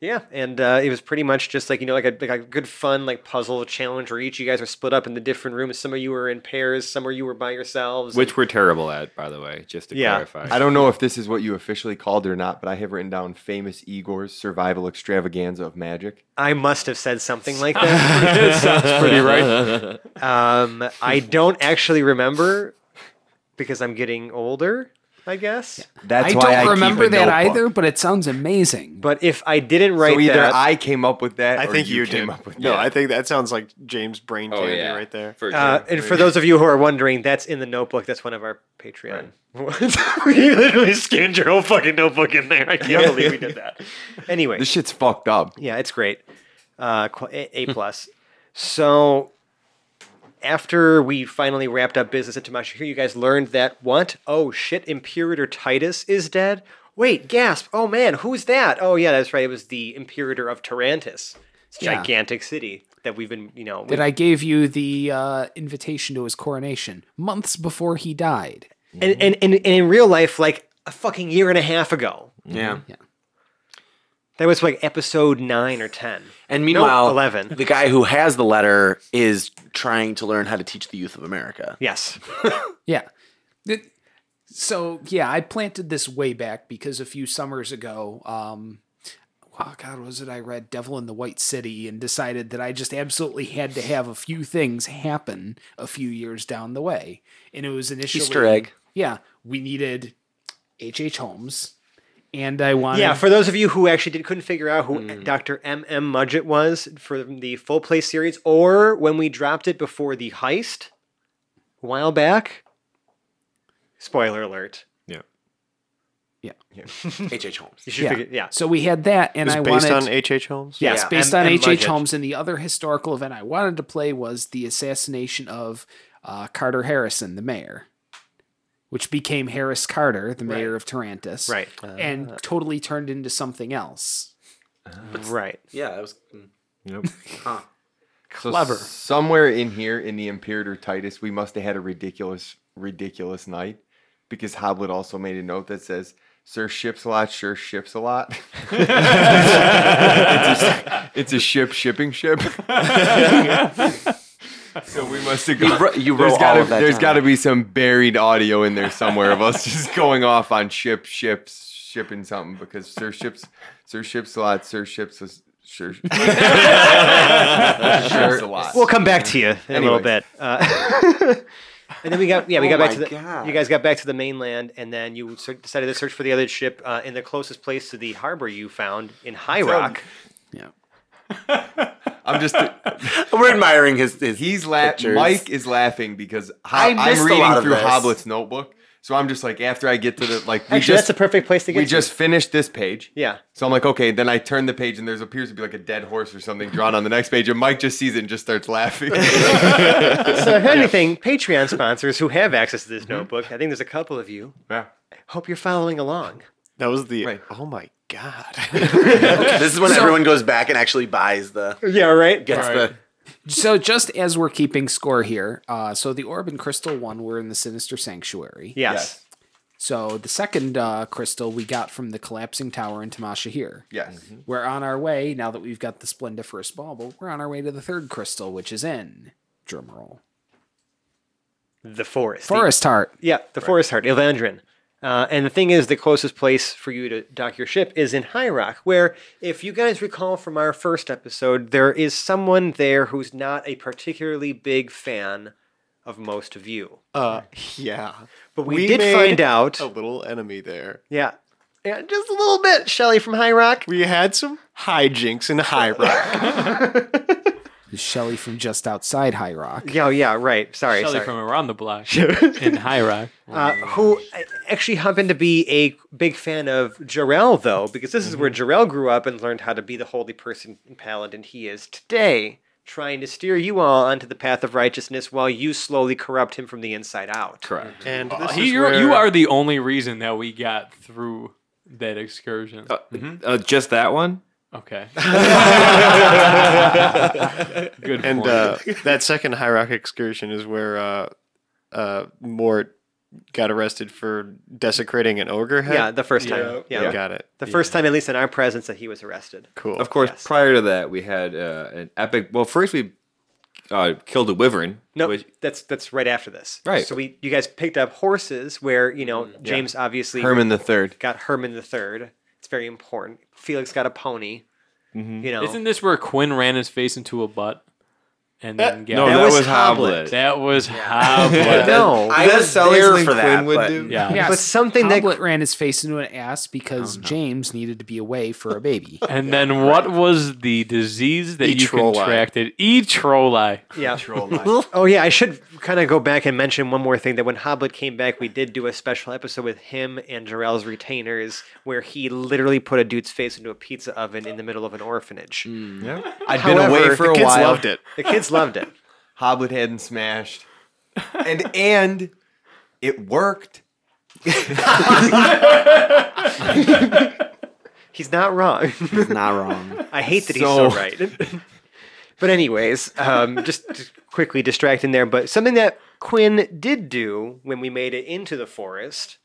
B: yeah, and uh, it was pretty much just like you know, like a like a good fun like puzzle challenge where each of you guys were split up in the different rooms. Some of you were in pairs, some of you were by yourselves.
G: which we're terrible at, by the way, just to
B: Yeah.
G: clarify.
F: I don't know if this is what you officially called it or not, but I have written down famous Igor's survival extravaganza of magic.
B: I must have said something like that.
D: That sounds pretty right.
B: um, I don't actually remember because I'm getting older, I guess.
F: That's
A: I
F: why I
A: don't
F: keep a
A: remember that
F: notebook.
A: either, but it sounds amazing.
B: But if I didn't write
F: So either
B: that,
F: I came up with that.
E: I
F: or
E: think you,
F: came
E: did.
F: up with
E: no,
F: that.
E: I think that sounds like James brain
D: Oh,
E: candy right there.
G: For
B: Uh, and for those of you who are wondering, that's in the notebook. That's one of our Patreon. you literally scanned your whole fucking notebook in there. I can't believe we did that. Anyway,
F: this shit's fucked up.
B: yeah, it's great. Uh, qu- a,
F: Hmm.
B: a plus. so after we finally wrapped up business at Tamashahir, you guys learned that what? Oh shit! Imperator Titus is dead. Wait, gasp! Oh man, who's that? Oh yeah, that's right. It was the Imperator of Tarantus. It's a
A: Yeah.
B: gigantic city that we've been, you know,
A: that I gave you the uh, invitation to his coronation months before he died.
B: and, and, and, and in real life, like a fucking year and a half ago.
F: Mm-hmm.
C: Yeah.
B: That was like episode nine or ten.
C: And meanwhile,
B: 11.
C: the guy who has the letter is trying to learn how to teach the youth of America.
B: Yes.
A: Yeah. It- so yeah, I planted this way back because a few summers ago, um, wow, God, was it I read Devil in the White City and decided that I just absolutely had to have a few things happen a few years down the way, and it was initially
C: Easter egg.
A: Yeah, we needed H. H. Holmes, and I wanted
B: Yeah, for those of you who actually did, couldn't figure out who
C: Hmm.
B: Dr. M. M. Mudgett was for the full play series, or when we dropped it before the heist a while back. Spoiler alert.
C: H.H. Holmes.
B: You should
A: yeah.
B: figure yeah.
A: So we had that, and
E: It's
A: I
E: based
A: wanted
E: on H.H. Holmes.
A: Yes,
C: Yeah,
A: based
B: and-
A: on
B: and
A: H.H.
B: budget.
A: Holmes, and the other historical event I wanted to play was the assassination of uh, Carter Harrison, the mayor, which became Harris Carter, the mayor of Tarantus,
B: Right. Uh-huh.
A: and totally turned into something else.
B: right.
C: Yeah, that was.
F: So
D: Clever.
F: somewhere in here in the Imperator Titus, we must have had a ridiculous, ridiculous night because Hoblet also made a note that says, Sir ships a lot, sure ships a lot. it's, a, it's a ship shipping ship. so we must have
C: You,
F: gone.
C: wro- you wrote
F: There's
C: all
F: gotta,
C: of that.
F: there's
C: down.
F: gotta be some buried audio in there somewhere of us just going off on ship, ships, shipping something because Sir ships, Sir ships a lot, Sir ships a, sure, sure ships a lot.
B: We'll come back to you in a little
F: Anyways.
B: bit. Uh, and then we got yeah we
C: Oh
B: got back
C: my
B: to the
C: God.
B: you guys got back to the mainland and then you ser- decided to search for the other ship uh, in the closest place to the harbor you found in High Rock.
F: I'm just.
C: We're admiring his. his
F: He's laughing.
C: pictures.
F: Mike is laughing because ho-
C: I
F: I'm
C: missed a
F: reading
C: lot of
F: through
C: this.
F: Hoblet's notebook. So I'm just like, after I get to the like,
B: Actually,
F: we
B: that's
F: just
B: the perfect place to get.
F: we
B: to.
F: just finished this page.
B: yeah.
F: So I'm like, okay. Then I turn the page and there's appears to be like a dead horse or something drawn on the next page, and Mike just sees it and just starts laughing.
B: So if anything, Patreon sponsors who have access to this notebook, I think there's a couple of you.
F: yeah.
B: Hope you're following along.
E: That was the.
F: Right.
E: Oh my god.
C: this is when everyone goes back and actually buys the
B: Yeah. Right.
C: gets the.
A: So just as we're keeping score here, uh, so the orb and crystal one were in the sinister sanctuary.
B: Yes.
A: So the second uh, crystal we got from the collapsing tower in Tamasha here.
F: Yes.
A: We're on our way now that we've got the Splenda first bauble. We're on our way to the third crystal, which is in drumroll
B: The forest. The
A: forest heart.
B: Yeah, the Forest Heart, Elandrin. Uh, and the thing is, the closest place for you to dock your ship is in High Rock, where, if you guys recall from our first episode, there is someone there who's not a particularly big fan of most of you.
E: Uh, yeah.
B: But we, did find out.
E: a little enemy there.
B: Yeah. Yeah, just a little bit, Shelly from High Rock.
E: We had some hijinks in High Rock.
A: Shelly from just outside High Rock.
B: Yeah, oh, yeah, right. Sorry,
D: Shelly
B: sorry.
D: from around the block in High Rock.
B: uh, who actually happened to be a big fan of Jarrell, though, because this is where Jarrell grew up and learned how to be the holy person and paladin he is today, trying to steer you all onto the path of righteousness while you slowly corrupt him from the inside out.
G: Correct.
E: And this
D: He,
E: is
D: you're,
E: where-
D: you are the only reason that we got through that excursion.
G: Uh, uh, just that one?
D: Okay. Good
E: And
D: point.
E: uh, that second High Rock excursion is where uh, uh, Mort got arrested for desecrating an ogre head.
B: Yeah, the first time. Yeah.
E: Got it.
B: The first time, at least in our presence, that he was arrested.
E: Cool.
G: Of course,
B: Yes.
G: prior to that, we had uh, an epic. Well, first we uh, killed a wyvern.
B: No,
G: which-
B: that's that's right after this.
G: Right.
B: So we you guys picked up horses where, you know, James obviously
F: Herman the Third.
B: got Herman the Third. It's very important. Felix got a pony. You know,
D: Isn't this where Quinn ran his face into a butt and then got
G: no,
B: that
G: that,
B: was
G: was,
B: Hoblet.
G: Hoblet.
D: That was how.
B: no.
C: I was there for that. but-
D: Yeah.
A: Yes,
B: But something that-
A: Hoblet ran his face into an ass because James needed to be away for a baby.
D: And then what was the disease that
E: E.
D: you
E: troli.
D: contracted? E. troli.
B: Yeah. oh yeah, I should kind of go back and mention one more thing that when Hoblet came back, we did do a special episode with him and Jarrell's retainers where he literally put a dude's face into a pizza oven in the middle of an orphanage.
F: I'd been away
B: However,
F: for
E: The
F: a
E: kids
F: while.
E: loved it.
B: The kids loved it.
F: Hoblet hadn't smashed, and and it worked.
B: He's not wrong.
C: He's not wrong.
B: I hate that
F: So-
B: he's so right. but anyways, um, just to quickly distracting there. But something that Quinn did do when we made it into the forest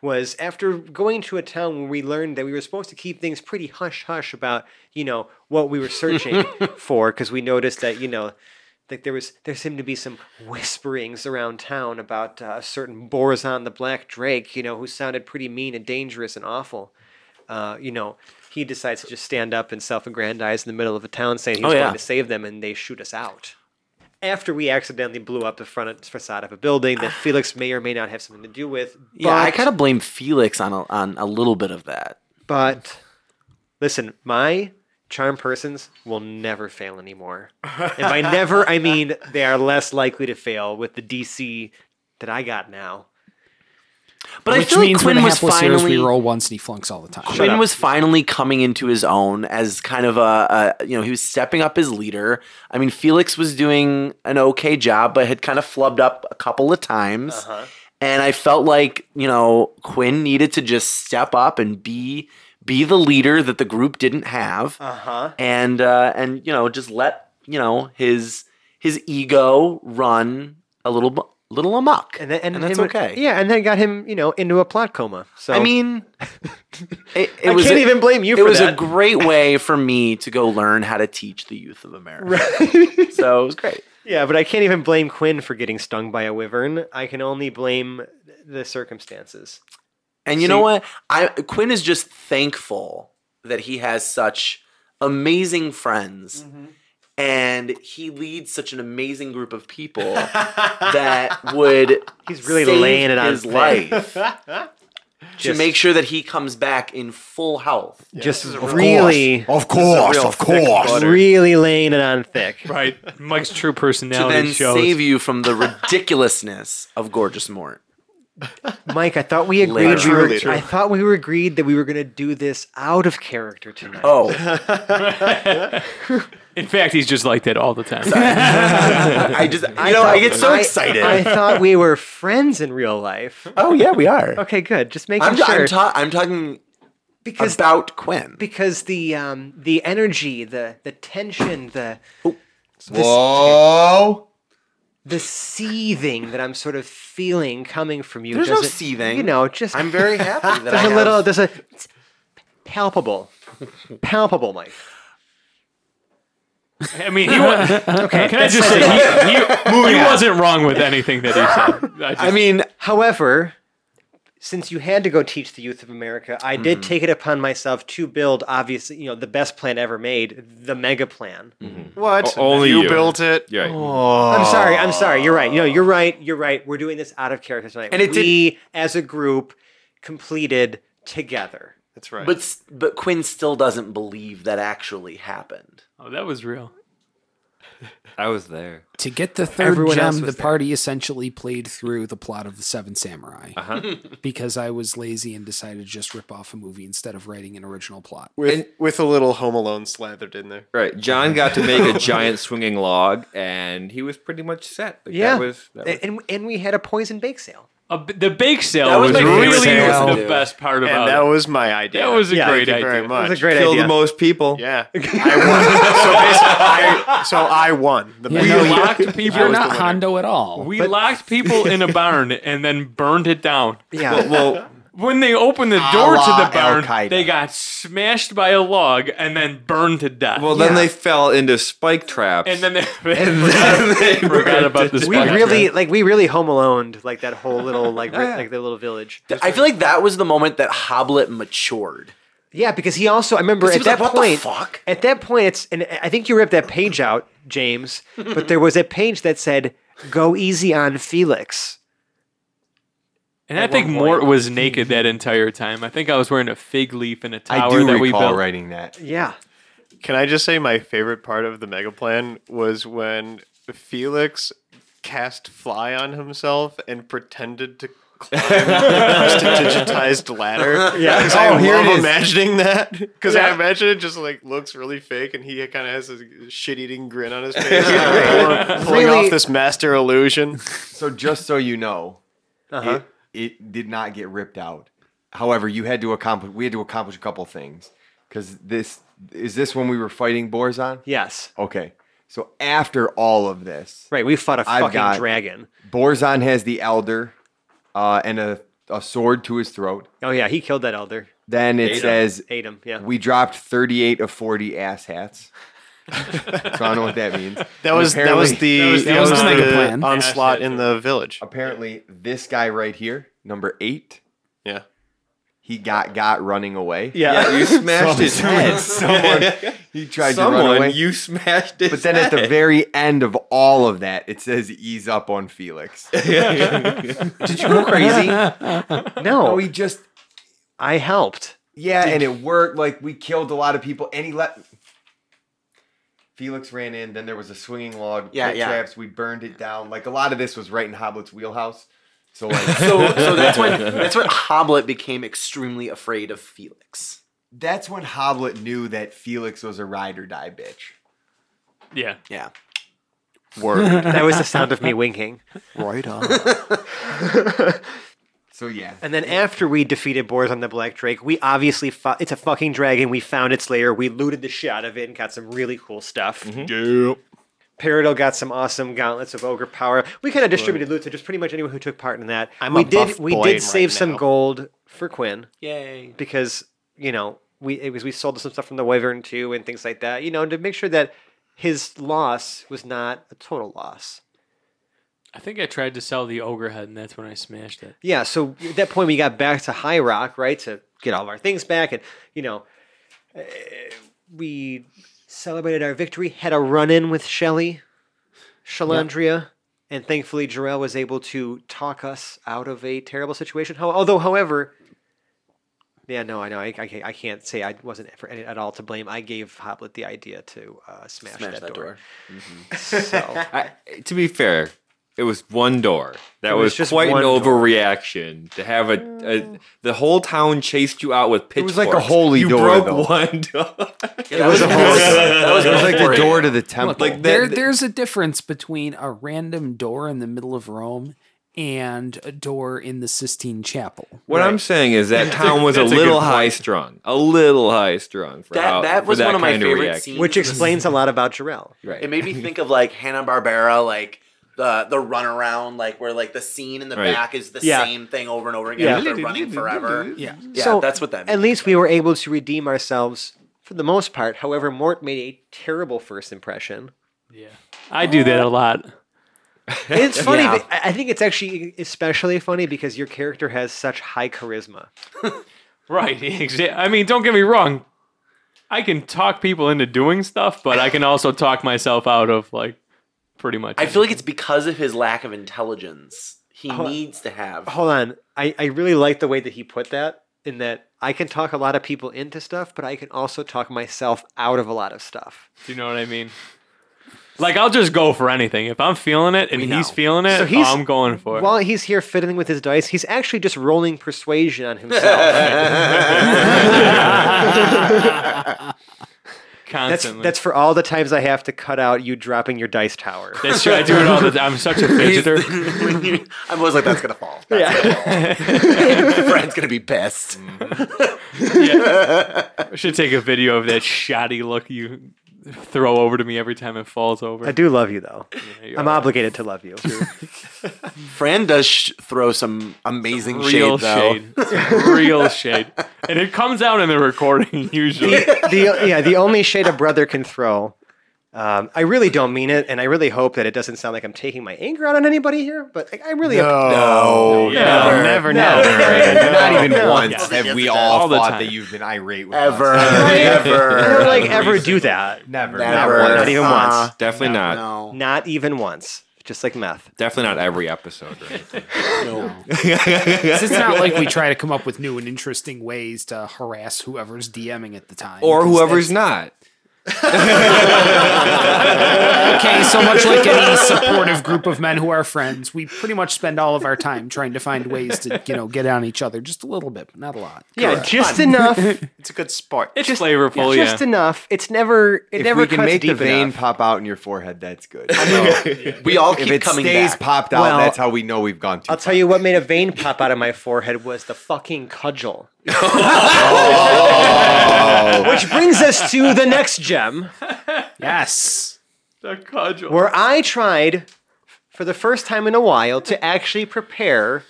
B: was after going to a town where we learned that we were supposed to keep things pretty hush hush about you know what we were searching for because we noticed that you know like there was there seemed to be some whisperings around town about uh, a certain Borazon the Black Drake you know who sounded pretty mean and dangerous and awful uh, you know, he decides to just stand up and self-aggrandize in the middle of a town, saying he's
C: Oh, yeah.
B: going to save them, and they shoot us out. After we accidentally blew up the front facade of a building that Felix may or may not have something to do with, but,
C: Yeah, I kind of blame Felix on a, on a little bit of that.
B: but listen, my charm persons will never fail anymore, and by never I mean they are less likely to fail with the DC that I got now.
C: But I
A: Which
C: feel like
A: means
C: Quinn
A: when
C: was
A: Haplos hears we
C: finally
A: roll once and he flunks all the time.
C: Quinn was finally coming into his own as kind of a, a you know he was stepping up as leader. I mean Felix was doing an okay job, but had kind of flubbed up a couple of times.
B: Uh-huh.
C: And I felt like you know Quinn needed to just step up and be be the leader that the group didn't have,
B: Uh huh.
C: and uh, and you know just let you know his his ego run a little bu- little amok,
B: and then and,
C: that's
B: him-
C: okay.
B: Yeah, and then got him, you know, into a plot coma. So
C: I mean, it, it
B: I
C: was
B: can't
C: a-
B: even blame you
C: It
B: for
C: was
B: that.
C: a great way for me to go learn how to teach the youth of America. So it was great.
B: yeah, but I can't even blame Quinn for getting stung by a wyvern. I can only blame the circumstances.
C: And you know what? I Quinn is just thankful that he has such amazing friends.
B: Mm-hmm.
C: And he leads such an amazing group of people that would
B: He's really
C: save
B: laying it on
C: his
B: thick.
C: life to
B: Just-
C: make sure that he comes back in full health.
B: Just really,
F: of course, of course.
B: really laying it on thick.
D: Right. Mike's true
C: To
D: personality
C: then
D: shows.
C: save you from the ridiculousness of Gorgeous Mort.
B: Mike, I thought we agreed.
C: Later.
B: We were,
E: True, later.
B: I thought we were agreed that we were going to do this out of character tonight.
C: Oh,
D: In fact, he's just like that all the time.
C: I just, you know, I get so
B: I-
C: excited.
B: I thought we were friends in real life.
C: oh, yeah, we are.
B: Okay, good. Just making
C: I'm,
B: sure
C: I'm, ta- I'm talking
B: because
C: about Quinn.
B: because the um the energy, the the tension, the
C: Oh.
F: Whoa.
B: the seething that I'm sort of feeling coming from you.
C: There's no
B: doesn't-
C: seething.
B: You know, just
C: I'm very happy that I
B: there's
C: have
B: a little there's a it's palpable, palpable, Mike.
D: I mean, he was. Okay, can I just say he, he, he wasn't wrong with anything that he said. I, just,
C: I mean,
B: However, since you had to go teach the youth of America, I
C: Mm-hmm.
B: did take it upon myself to build, obviously, you know, the best plan ever made, the mega plan.
E: What?
G: O- only
E: you,
G: you.
E: built it.
G: Yeah.
B: I'm sorry, I'm sorry. You're right. No, you're right. You're right. We're doing this out of character tonight.
C: And it did-
B: we, as a group, completed together.
E: That's right.
C: but s- but Quinn still doesn't believe that actually happened.
D: oh, that was real.
G: I was there.
A: To get the third
B: Everyone else
A: gem, the
B: was there.
A: party essentially played through the plot of The Seven Samurai because I was lazy and decided to just rip off a movie instead of writing an original plot.
E: with with a little Home Alone slathered in there.
G: Right. John got to make a giant swinging log, and he was pretty much set. Like,
B: Yeah.
G: That was, that was-
B: And, and we had a poison bake sale.
D: A b the bake sale
C: That was
D: was,
C: my favorite
D: really
E: thing I
C: was
D: the
C: to do.
D: best part
E: And
D: about
E: that
D: it.
E: was my idea.
D: That was a
E: Thank
D: great
E: you
D: idea.
E: very
B: That was
E: much.
B: a great
G: kill
B: idea.
G: the most people.
E: Yeah. I won. so basically, I, so I won. The
A: Yeah,
E: best.
A: no,
D: We locked
A: You're
D: people.
A: not Hondo at all.
D: We locked people in a barn and then burned it down.
B: Yeah.
G: Well,
D: When they opened the door to
F: la
D: the barn,
F: Al-Qaeda.
D: they got smashed by a log and then burned to death.
G: well, then they fell into spike traps.
D: and then they,
G: they
D: forgot
G: were-
D: about this.
B: we really like we really home aloned like that whole little like ri- like the little village.
C: I feel like that was the moment that Hoblet matured.
B: Yeah, because he also I remember
C: He
B: at
C: was
B: that
C: like, what the
B: point.
C: fuck?
B: At that point, it's and I think you ripped that page out, James. but there was a page that said "Go easy on Felix."
D: And I think Mort was naked that entire time. I think I was wearing a fig leaf and a
F: I
D: tower
F: do
D: that we
F: recall
D: built.
F: writing that.
B: Yeah,
E: Can I just say my favorite part of the mega plan was when Felix cast fly on himself and pretended to climb the digitized ladder. Yeah, because I
F: Oh, here it
E: love
F: is.
E: imagining that. Because I imagine it just like looks really fake, and he kind of has a shit-eating grin on his face, We're pulling
B: Really-
E: off this master illusion.
F: So just so you know,
D: Uh-huh.
F: it, it did not get ripped out. However, you had to accomplish. We had to accomplish a couple things because this is this when we were fighting Borzon.
B: yes,
F: Okay, so after all of this,
B: right. We fought a
F: I've
B: fucking
F: got-
B: dragon.
F: Borzon has the elder uh, and a, a sword to his throat.
B: Oh yeah, he killed that elder,
F: Then it says
B: ate him. Yeah,
F: we dropped 38 of 40 ass hats. so I don't know what that means.
E: That was that was the that was,
A: that was the
E: the
A: mega plan.
E: onslaught in the village.
F: apparently this guy right here, number eight,
E: Yeah.
F: he got got running away.
G: yeah, you smashed his head. Someone,
F: He tried to run
G: someone
F: away.
G: you smashed his
F: but then at the very end of all of that, it says ease up on Felix. Did you go crazy?
B: no,
F: no, he just
B: I helped.
F: yeah, and it worked. Like we killed a lot of people, and he let Felix ran in. Then there was a swinging log,
C: Yeah,
F: pit
C: yeah.
F: traps. We burned it down. Like a lot of this was right in Hoblet's wheelhouse. So like
C: So so that's when that's when Hoblet became extremely afraid of Felix.
F: that's when Hoblet knew that Felix was a ride or die bitch.
D: Yeah.
C: Yeah.
B: That was the sound of me winking.
E: Right on.
F: So yeah,
B: And then after we defeated Boars on the Black Drake, we obviously fought. It's a fucking dragon. We found its lair. We looted the shit out of it and got some really cool stuff.
E: Mm-hmm. Yep.
B: Peridot got some awesome gauntlets of ogre power. We kind of distributed loot to just pretty much anyone who took part in that.
E: I'm
B: we
E: a
B: did
E: buff
B: we
E: boy
B: did save
E: right
B: some
E: now.
B: gold for Quinn
C: Yay.
B: because you know we it was we sold some stuff from the Wyvern too and things like that. You know to make sure that his loss was not a total loss.
D: I think I tried to sell the ogre head, and that's when I smashed it.
B: Yeah, so at that point we got back to High Rock, right, to get all of our things back, and you know, eh, we celebrated our victory, had a run-in with Shelley, Shalandria, and thankfully Jarrell was able to talk us out of a terrible situation. How, although, however, yeah, no, I know, I, I, can't- I can't say I wasn't for any, at all to blame. I gave Hoblet the idea to uh, smash,
C: Smash
B: that,
C: that
B: door.
C: door. Mm-hmm.
B: So,
G: I, to be fair, it was one door. That
B: It was
G: was,
B: just
G: quite an
B: one door.
G: overreaction to have a, a the whole town chased you out with pitchforks. It
F: was like a holy
G: you
F: door,
G: broke
F: though.
G: one door.
C: that was, that was
F: It was like the
C: before it.
F: door to the temple.
G: Like
A: there,
G: that-
A: there's a difference between a random door in the middle of Rome and a door in the Sistine Chapel.
G: What I'm saying is that town was a
D: that's a good
G: little
D: point.
G: high strung, a little high strung. For
C: That-
G: how-
C: that
G: for
C: was one of my
G: kind
C: favorite
G: reaction.
C: scenes.
B: which explains a lot about Jarrell.
G: Right.
C: It made me think of like Hanna Barbera, like the the runaround, like where like the scene in the
G: Right.
C: back is the
B: Yeah.
C: same thing over and over again.
B: Yeah.
C: but They're running forever. Yeah,
B: So,
C: that's what that.
B: at
C: Means.
B: least we were able to redeem ourselves for the most part. However, Mort made a terrible first impression.
D: Yeah, I do that a lot.
B: It's funny.
C: Yeah.
B: but I I think it's actually especially funny because your character has such high charisma.
D: Right. exa- I mean, don't get me wrong. I can talk people into doing stuff, but I can also talk myself out of like pretty much.
C: I feel like it's because of his lack of intelligence. He needs to have.
B: Hold on. I, I really like the way that he put that in that I can talk a lot of people into stuff, but I can also talk myself out of a lot of stuff.
D: Do you know what I mean? Like I'll just go for anything if I'm feeling it and
C: We
D: he's
C: know.
D: feeling it.
B: So he's-
D: I'm going for it.
B: While he's here fiddling with his dice, he's actually just rolling persuasion on himself. that's,
D: Constantly.
B: that's for all the times I have to cut out you dropping your dice tower.
D: That's true. I do it all the time. I'm such a fidgeter.
C: When you- I'm always like, that's gonna fall. That's gonna fall. Fred's gonna be pissed.
D: Mm-hmm. I should take a video of that shoddy look you throw over to me every time it falls over.
B: I do love you though.
D: you
B: I'm obligated to love you.
C: Fran does sh- throw some amazing
D: real
C: shade though.
D: shade. It's real shade. And it comes out in the recording usually.
B: the yeah, the only shade a brother can throw. Um, I really don't mean it, and I really hope that it doesn't sound like I'm taking my anger out on anybody here. But like, I really
F: No,
D: Yeah.
F: never, never, never. Not even once
C: Yeah.
F: have we
C: Yes,
F: all
D: all the
F: thought
D: time.
F: that you've been irate with
C: Ever,
F: us.
B: I don't
C: ever,
B: like ever do that.
F: Never, Ah.
C: Never.
F: Not once.
B: Not even
C: Uh,
B: once.
G: Definitely not.
C: No,
B: Not even once. Just like meth.
G: Definitely not every episode. Right?
C: no.
A: 'Cause it's not like we try to come up with new and interesting ways to harass whoever's DMing at the time.
G: or
A: 'cause
G: whoever's not.
A: Okay, so much like any supportive group of men who are friends, we pretty much spend all of our time trying to find ways to, you know, get on each other just a little bit, but not a lot.
B: Yeah, just enough. Oh,
E: It's a good sport.
D: It's flavorful, yeah.
B: Just enough. It's never. It
F: If
B: never
F: we can
B: cuts
F: make the
B: deep
F: vein
B: enough.
F: pop out in your forehead, that's good.
C: We all
F: if
C: keep
F: it
C: coming
F: stays
C: back.
F: popped out,
B: Well,
F: that's how we know we've gone too
B: I'll tell you what made a vein pop out of my forehead was the fucking cudgel.
F: Oh.
B: Which brings us to the next gem.
A: Yes.
D: The cudgel.
B: where I tried for the first time in a while to actually prepare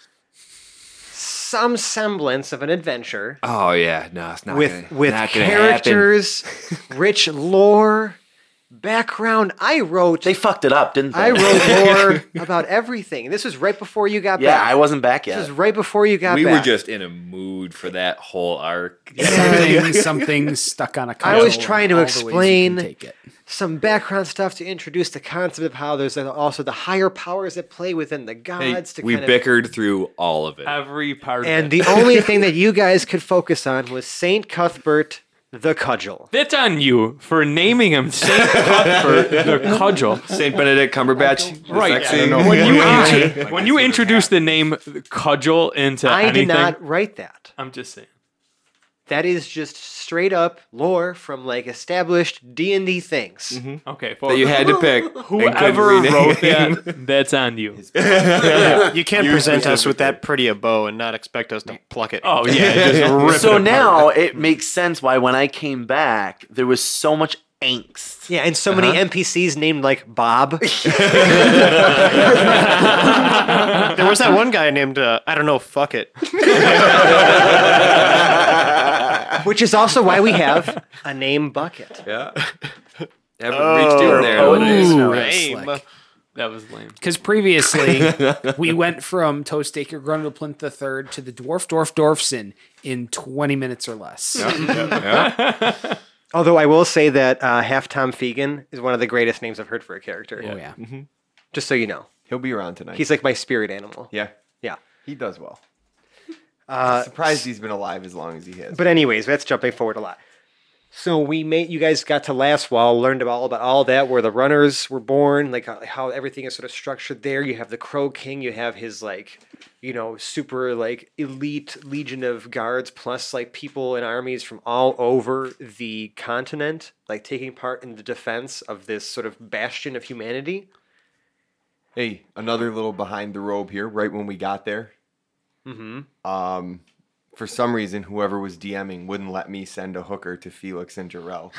B: some semblance of an adventure
G: Oh yeah, no, it's not
B: with
G: gonna,
B: with
G: not gonna happen.
B: characters, rich lore, background. I wrote
C: They fucked it up, didn't they?
B: I wrote lore about everything. This was right before you got
C: Yeah,
B: back.
C: I wasn't back yet.
B: this was right before you got
G: We
B: back.
G: were just in a mood for that whole arc.
A: Something, something stuck on a
B: I
A: cudgel.
B: was trying to
A: and all the ways you
B: explain-
A: can take it.
B: some background stuff to introduce the concept of how there's also the higher powers at play within the
G: Hey,
B: gods. to
G: we
B: kind of-
G: bickered through all of it.
D: Every part of
B: And
D: it.
B: the only thing that you guys could focus on was Saint Cuthbert the Cudgel.
D: That's on you for naming him Saint Cuthbert the Cudgel.
G: Saint Benedict Cumberbatch,
D: Right.
G: Sexy.
D: When you, intro- when you introduce the name Cudgel into
B: I
D: anything,
B: did not write that.
D: I'm just saying.
B: That is just straight up lore from like established D and D things.
D: Okay,
G: that
D: well,
G: you had to pick and couldn't
D: whoever
G: rename.
D: wrote that, that's on you.
E: You can't present us with that pretty a bow and not expect us to pluck it.
D: Oh yeah, just rip
C: so
D: it apart.
C: now it makes sense why when I came back, there was so much angst.
B: Yeah, and so many NPCs named like Bob.
E: There was that one guy named uh, I don't know. Fuck it.
B: Which is also why we have a name bucket.
G: Yeah. Haven't reached in there.
B: Oh,
A: Ooh,
D: That was lame.
A: Because previously we went from Toast Acre Grundleplinth the Third to the Dwarf Dwarf Dwarfson in 20 minutes or less.
F: Oh.
B: Although I will say that uh, Half Tom Fegan is one of the greatest names I've heard for a character.
A: Oh yeah.
B: Just so you know,
F: He'll be around tonight.
B: he's like my spirit animal.
F: yeah,
B: Yeah.
F: he does well.
B: Uh,
F: Surprised he's been alive as long as he has.
B: But anyways, that's jumping forward a lot. So we made you guys got to last wall, learned about all about all that, where the runners were born, like how- how everything is sort of structured there. You have the Crow King, you have his like, you know, super like elite legion of guards, plus like people and armies from all over the continent, like taking part in the defense of this sort of bastion of humanity.
F: hey, another little behind the robe here. Right when we got there,
B: Mm-hmm.
F: um, for some reason, whoever was DMing wouldn't let me send a hooker to Felix and Jarrell.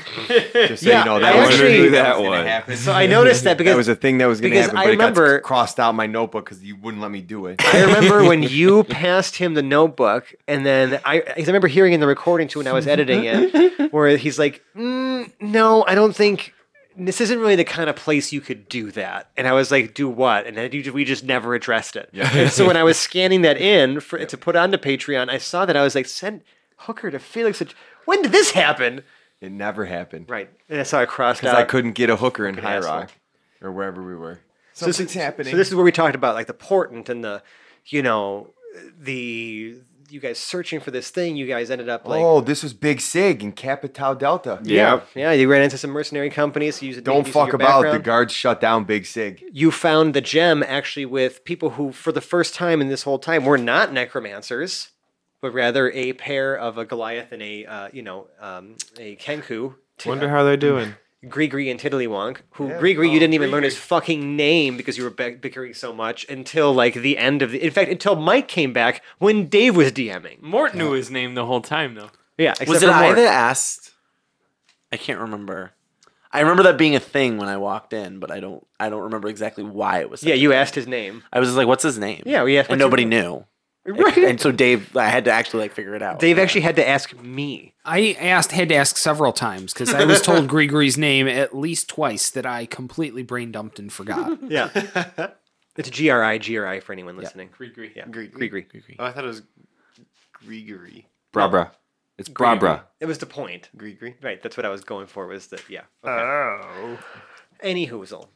F: Just so
B: Yeah,
F: you know,
B: I
F: that was
B: actually-
G: That
F: was gonna
G: one.
F: happen.
B: So I noticed that because
F: that was a thing that was going to
B: because
F: happen,
B: I
F: but it
B: remember-
F: got crossed out my notebook because you wouldn't let me do it.
B: I remember when you passed him the notebook, and then I, 'cause I remember hearing in the recording too when I was editing it, where he's like, mm, "No, I don't think this isn't really the kind of place you could do that." And I was like, "Do what?" And then you- we just never addressed it.
F: Yeah.
B: so when I was scanning that in for, to put onto Patreon, I saw that I was like, "Send Hooker to Felix." When did this happen?
F: It never happened.
B: Right. And I saw it crossed
F: Because
B: out.
F: I couldn't get a hooker in
B: Fucking
F: High
B: asshole.
F: Rock or wherever we were.
B: So this
F: Something's
B: is-
F: happening.
B: So this is where we talked about like the portent and the, you know, the you guys searching for this thing. You guys ended up like,
F: oh, this was Big Sig in Capitao Delta.
G: Yeah.
B: yeah, you ran into some mercenary companies. You used
F: Don't
B: using
F: fuck
B: your
F: about. The
B: background.
F: guards shut down Big Sig.
B: You found the gem actually with people who, for the first time in this whole time, were not necromancers, but rather a pair of a Goliath and a, uh, you know, um, a Kenku.
E: Wonder how they're doing.
B: Grigri and Tiddlywonk, who Grigri you didn't even learn his fucking name because you were bick- bickering so much until like the end of the. In fact, until Mike came back when Dave was DMing.
D: Mort knew his name the whole time though.
B: Yeah, except
C: Was
B: for
C: it I
B: Mort.
C: that asked? I can't remember. I remember that being a thing when I walked in, but I don't. I don't remember exactly why it was. such
B: Yeah,
C: a
B: you
C: thing.
B: asked his name.
C: I was just like, "What's his name?"
B: Yeah, we asked, "What's
C: and
B: your
C: nobody
B: name?"
C: knew.
B: Right.
C: And so Dave, I had to actually like figure it out.
B: Dave actually had to ask me.
A: I asked had to ask several times because I was told Grigory's name at least twice that I completely brain dumped and forgot.
B: Yeah. it's G R I G R I for anyone listening.
D: Grigri.
B: Yeah.
E: Grigri.
B: Grigri.
E: Oh, I thought it was Grigory.
G: Brabra. It's Brabra.
B: It was the point.
E: Grigory.
B: Right, that's what I was going for was that, yeah. Okay.
E: Oh.
B: Any whoozle.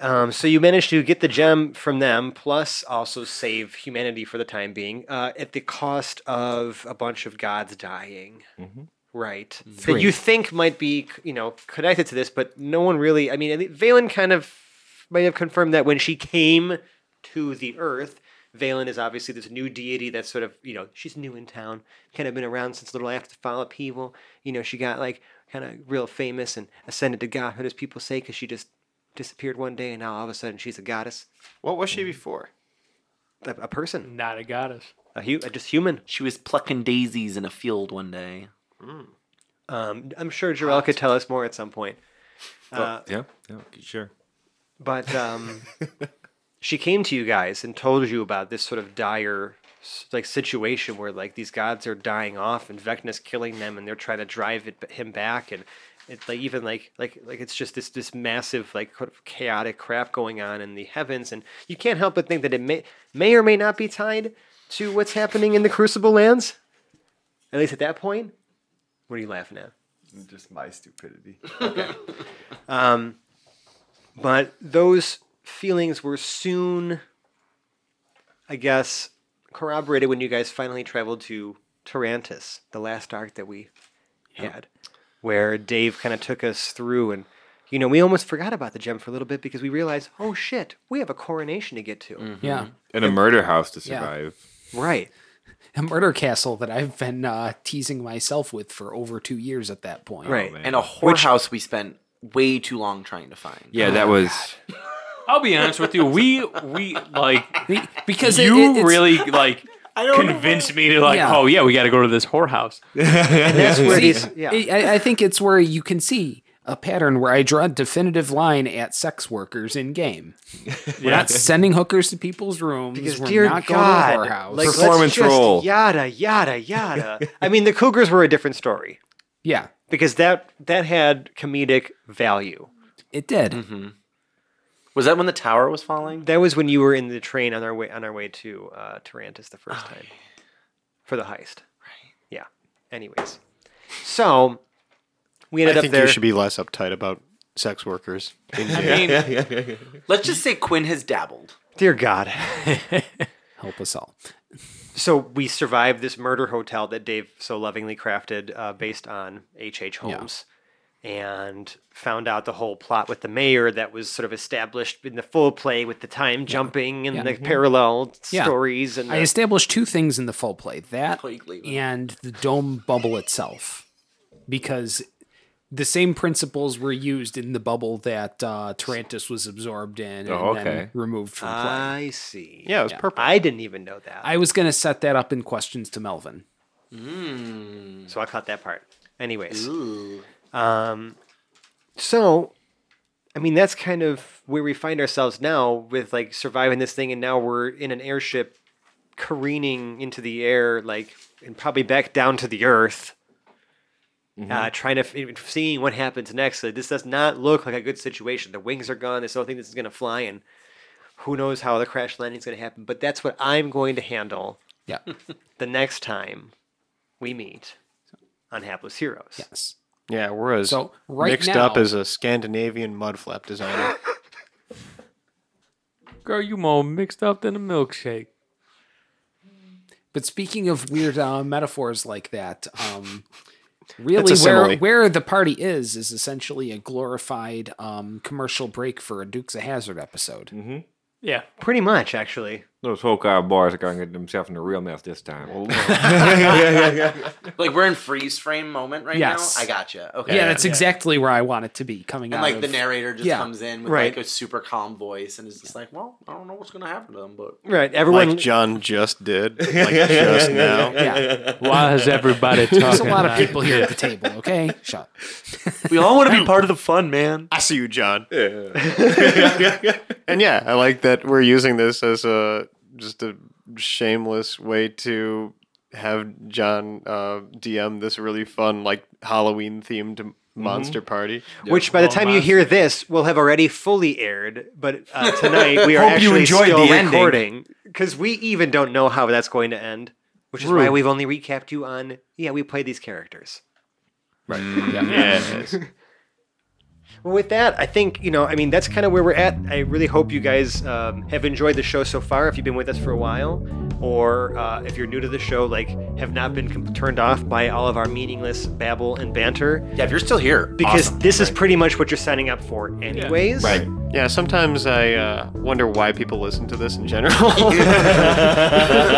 B: Um, so you managed to get the gem from them, plus also save humanity for the time being, uh, at the cost of a bunch of gods dying. Right. That you think might be, you know, connected to this, but no one really. I mean, I think Valen kind of might have confirmed that when she came to the Earth, Valen is obviously this new deity that's sort of, you know, she's new in town, kind of been around since little after the fall upheaval. You know, she got like kind of real famous and ascended to godhood, as people say, because she just disappeared one day and now all of a sudden she's a goddess, Mm.
E: What was she before?
B: a, a person,
D: Not a goddess.
B: a hu- a just human.
C: she was plucking daisies in a field one day.
B: Um, I'm sure Jarell could tell us more at some point.
G: Yeah. Yeah. Sure.
B: but um, she came to you guys and told you about this sort of dire s- like situation where like these gods are dying off and Vecna's killing them and they're trying to drive it, him back and it's like even like like like it's just this this massive like kind of chaotic crap going on in the heavens and you can't help but think that it may may or may not be tied to what's happening in the Crucible Lands. At least at that point, what are you laughing at?
F: Just my stupidity.
B: But those feelings were soon, I guess, corroborated when you guys finally traveled to Tarantus, the last arc that we had, where Dave kind of took us through. And, you know, we almost forgot about the gem for a little bit because we realized, oh shit, we have a coronation to get to.
A: Yeah.
G: And a murder house to
A: Yeah.
G: survive.
B: Right.
A: A murder castle that I've been uh, teasing myself with for over two years at that point.
B: Right.
G: man.
C: And a whorehouse we spent way too long trying to find.
G: Yeah, that was.
D: I'll be honest with you. We we like
A: Be- Because it- it-
D: you
A: it's-
D: really like convinced me to like,
A: Yeah.
D: oh yeah, we got to go to this whorehouse.
B: And that's where these, yeah.
A: I, I think it's where you can see a pattern where I draw a definitive line at sex workers in game. We're not sending hookers to people's rooms.
B: Because
A: We're
B: dear
A: not
B: God,
A: going to a whorehouse.
B: like, let's
G: Performance
B: just
G: role.
B: Yada yada yada. I mean, the Cougars were a different story
A: yeah,
B: because that that had comedic value.
A: it did.
B: Mm-hmm.
C: Was that when the tower was falling?
B: That was when you were in the train on our way on our way to uh, Tarantus the
E: Oh,
B: first time for the heist. Right. Yeah. Anyways, so we ended
E: I
B: up
E: think
B: there.
E: you should be less uptight about sex workers.
C: Let's just say Quinn has dabbled.
B: Dear God.
A: Help us all.
B: So we survived this murder hotel that Dave so lovingly crafted uh, based on H.H. H. Holmes and found out the whole plot with the mayor that was sort of established in the full play with the time jumping and the
E: Mm-hmm.
B: parallel
A: Yeah.
B: stories and
A: I
B: the-
A: established two things in the full play that
C: Plague Leader.
A: and the dome bubble itself, because the same principles were used in the bubble that uh, Tarantus was absorbed in and
G: Oh,
A: then
G: okay.
A: removed from play.
E: Uh,
B: I see.
E: Yeah, it was purple.
B: I didn't even know that.
A: I was going to set that up in questions to Melvin.
B: so I caught that part. Anyways. Um so I mean that's kind of where we find ourselves now with like surviving this thing and now we're in an airship careening into the air like and probably back down to the earth. Uh, trying to f- seeing what happens next. Like, this does not look like a good situation. The wings are gone. This whole thing this is going to fly, and who knows how the crash landing is going to happen. But that's what I'm going to handle
A: Yeah.
B: the next time we meet on Hapless Heroes.
A: yes.
E: Yeah, we're as
A: So, right
E: mixed
A: now-
E: up as a Scandinavian mudflap designer.
D: Girl, you more mixed up than a milkshake.
A: But speaking of weird uh, metaphors like that, um, really,
E: That's a
A: where
E: simile.
A: where the party is is essentially a glorified um, commercial break for a Dukes of Hazard episode.
D: Yeah.
B: Pretty much, actually.
G: Those Hokar bars are going to get themselves into a real mess this time.
C: Like we're in freeze frame moment right
A: Yes.
C: now. I gotcha. Okay.
A: Yeah, that's exactly where I want it to be coming
C: And
A: out.
C: like
A: of,
C: the narrator just
A: Yeah.
C: comes in with
B: Right.
C: like a super calm voice and is just like, "Well, I don't know what's gonna happen to them, but
B: Right. Everyone.
E: like John just did. Like just now.
A: Yeah,
D: Why is everybody talking?
A: there's a lot of
D: like
A: people here at the table. Okay, shut.
C: we all want to be part of the fun, man."
E: I see you, John. and yeah, I like that we're using this as a just a shameless way to have John uh, DM this really fun like Halloween themed monster party.
B: which by the time you hear this, will have already fully aired. But uh, tonight we are
G: Hope you
B: actually
G: enjoyed
B: still
G: the ending.
B: recording because we even don't know how that's going to end. Which is why we've only recapped you on yeah we played these characters.
E: Yes.
B: Well, with that, I think, you know, I mean, that's kind of where we're at. I really hope you guys um, have enjoyed the show so far, if you've been with us for a while, or uh, if you're new to the show, like, have not been com- turned off by all of our meaningless babble and banter,
C: Yeah, if you're still here,
B: because
C: awesome.
B: this is pretty much what you're signing up for, anyways.
G: Right.
E: yeah, sometimes I uh, wonder why people listen to this in general.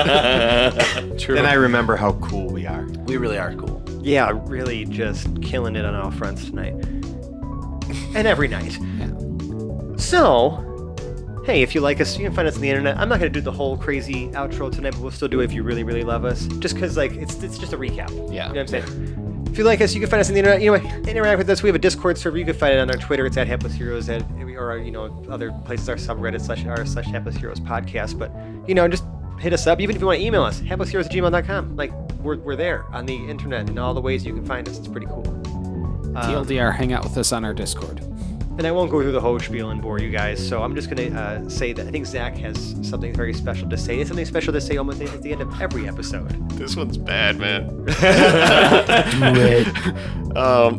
F: Then I remember how cool we are.
C: we really are cool.
B: Yeah, really just killing it on all fronts tonight. And every night. So, hey, if you like us, you can find us on the internet. I'm not going to do the whole crazy outro tonight, but we'll still do it if you really, really love us. Just because, like, it's, it's just a recap.
E: Yeah.
B: You know what I'm saying? If you like us, you can find us on the internet. You know, what? interact with us. We have a Discord server. You can find it on our Twitter. It's at Hapless Heroes, at, or you know, other places. Our subreddit slash r slash Hapless Heroes podcast. But you know, just hit us up. Even if you want to email us, haplessheroes at gmail.com. Like we're, we're there on the internet in all the ways you can find us. It's pretty cool. Um,
A: TLDR, hang out with us on our Discord.
B: and I won't go through the whole spiel and bore you guys. So I'm just gonna uh, say that I think Zach has something very special to say. He has something special to say almost at the end of every episode.
E: This one's bad, man. Um,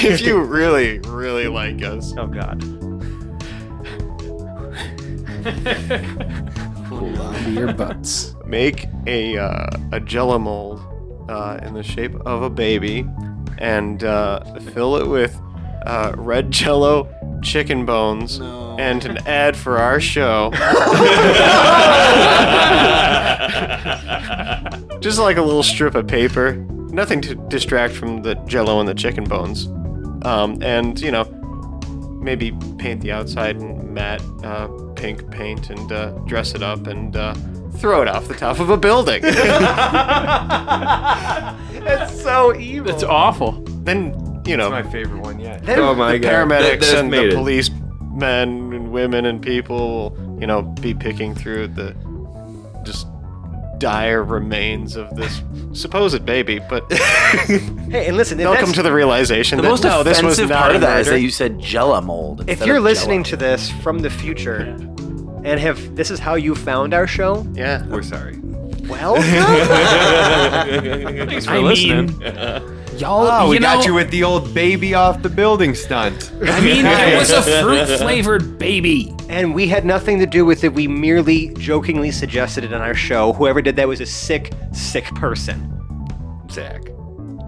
E: if you really, really like us,
B: Oh God.
A: Hold on to your butts.
E: make a uh, a jello mold uh, in the shape of a baby, and uh, fill it with uh, red jello, chicken bones, and an ad for our show. Just like a little strip of paper, nothing to distract from the jello and the chicken bones, um, and you know. Maybe paint the outside in matte uh, pink paint and uh, dress it up and uh, throw it off the top of a building.
B: That's so evil.
D: It's awful.
E: then you know,
G: my favorite one yet.
E: Then
G: oh my
E: the
G: god. That-
E: paramedics
G: that
E: and the
G: made it.
E: police men and women and people will, you know, be picking through the just dire remains of this supposed baby, but
B: Hey, and listen, if,
E: they'll
B: that's-
E: come to the realization
C: The
E: that
C: most
E: no, this
C: offensive
E: was not
C: part
E: a
C: of that is
E: murder.
C: that you said Jell-O mold.
B: if
C: instead
B: you're
C: of
B: listening
C: Jell-O.
B: to this from the future and have this is how you found our show,
E: yeah.
G: We're sorry.
B: well,
D: Thanks for
A: I
D: listening.
A: mean, y'all.
G: Oh, we
A: you know,
G: got you with the old baby off the building stunt.
A: I mean, it was a fruit flavored baby.
B: and we had nothing to do with it. We merely jokingly suggested it on our show. Whoever did that was a sick, sick person.
E: Zach.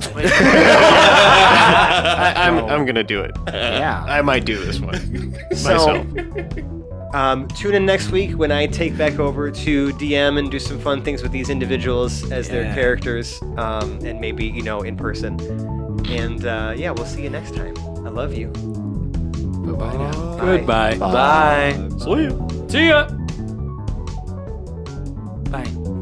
E: I, I'm, I'm gonna do it.
A: Yeah.
E: I might do this one
B: So,
E: myself.
B: um, tune in next week when I take back over to DM and do some fun things with these individuals as their characters, um, and maybe you know in person. And uh, yeah, we'll see you next time. I love you.
A: Bye now.
B: Bye.
D: Goodbye.
C: Bye.
D: See ya.
C: Bye.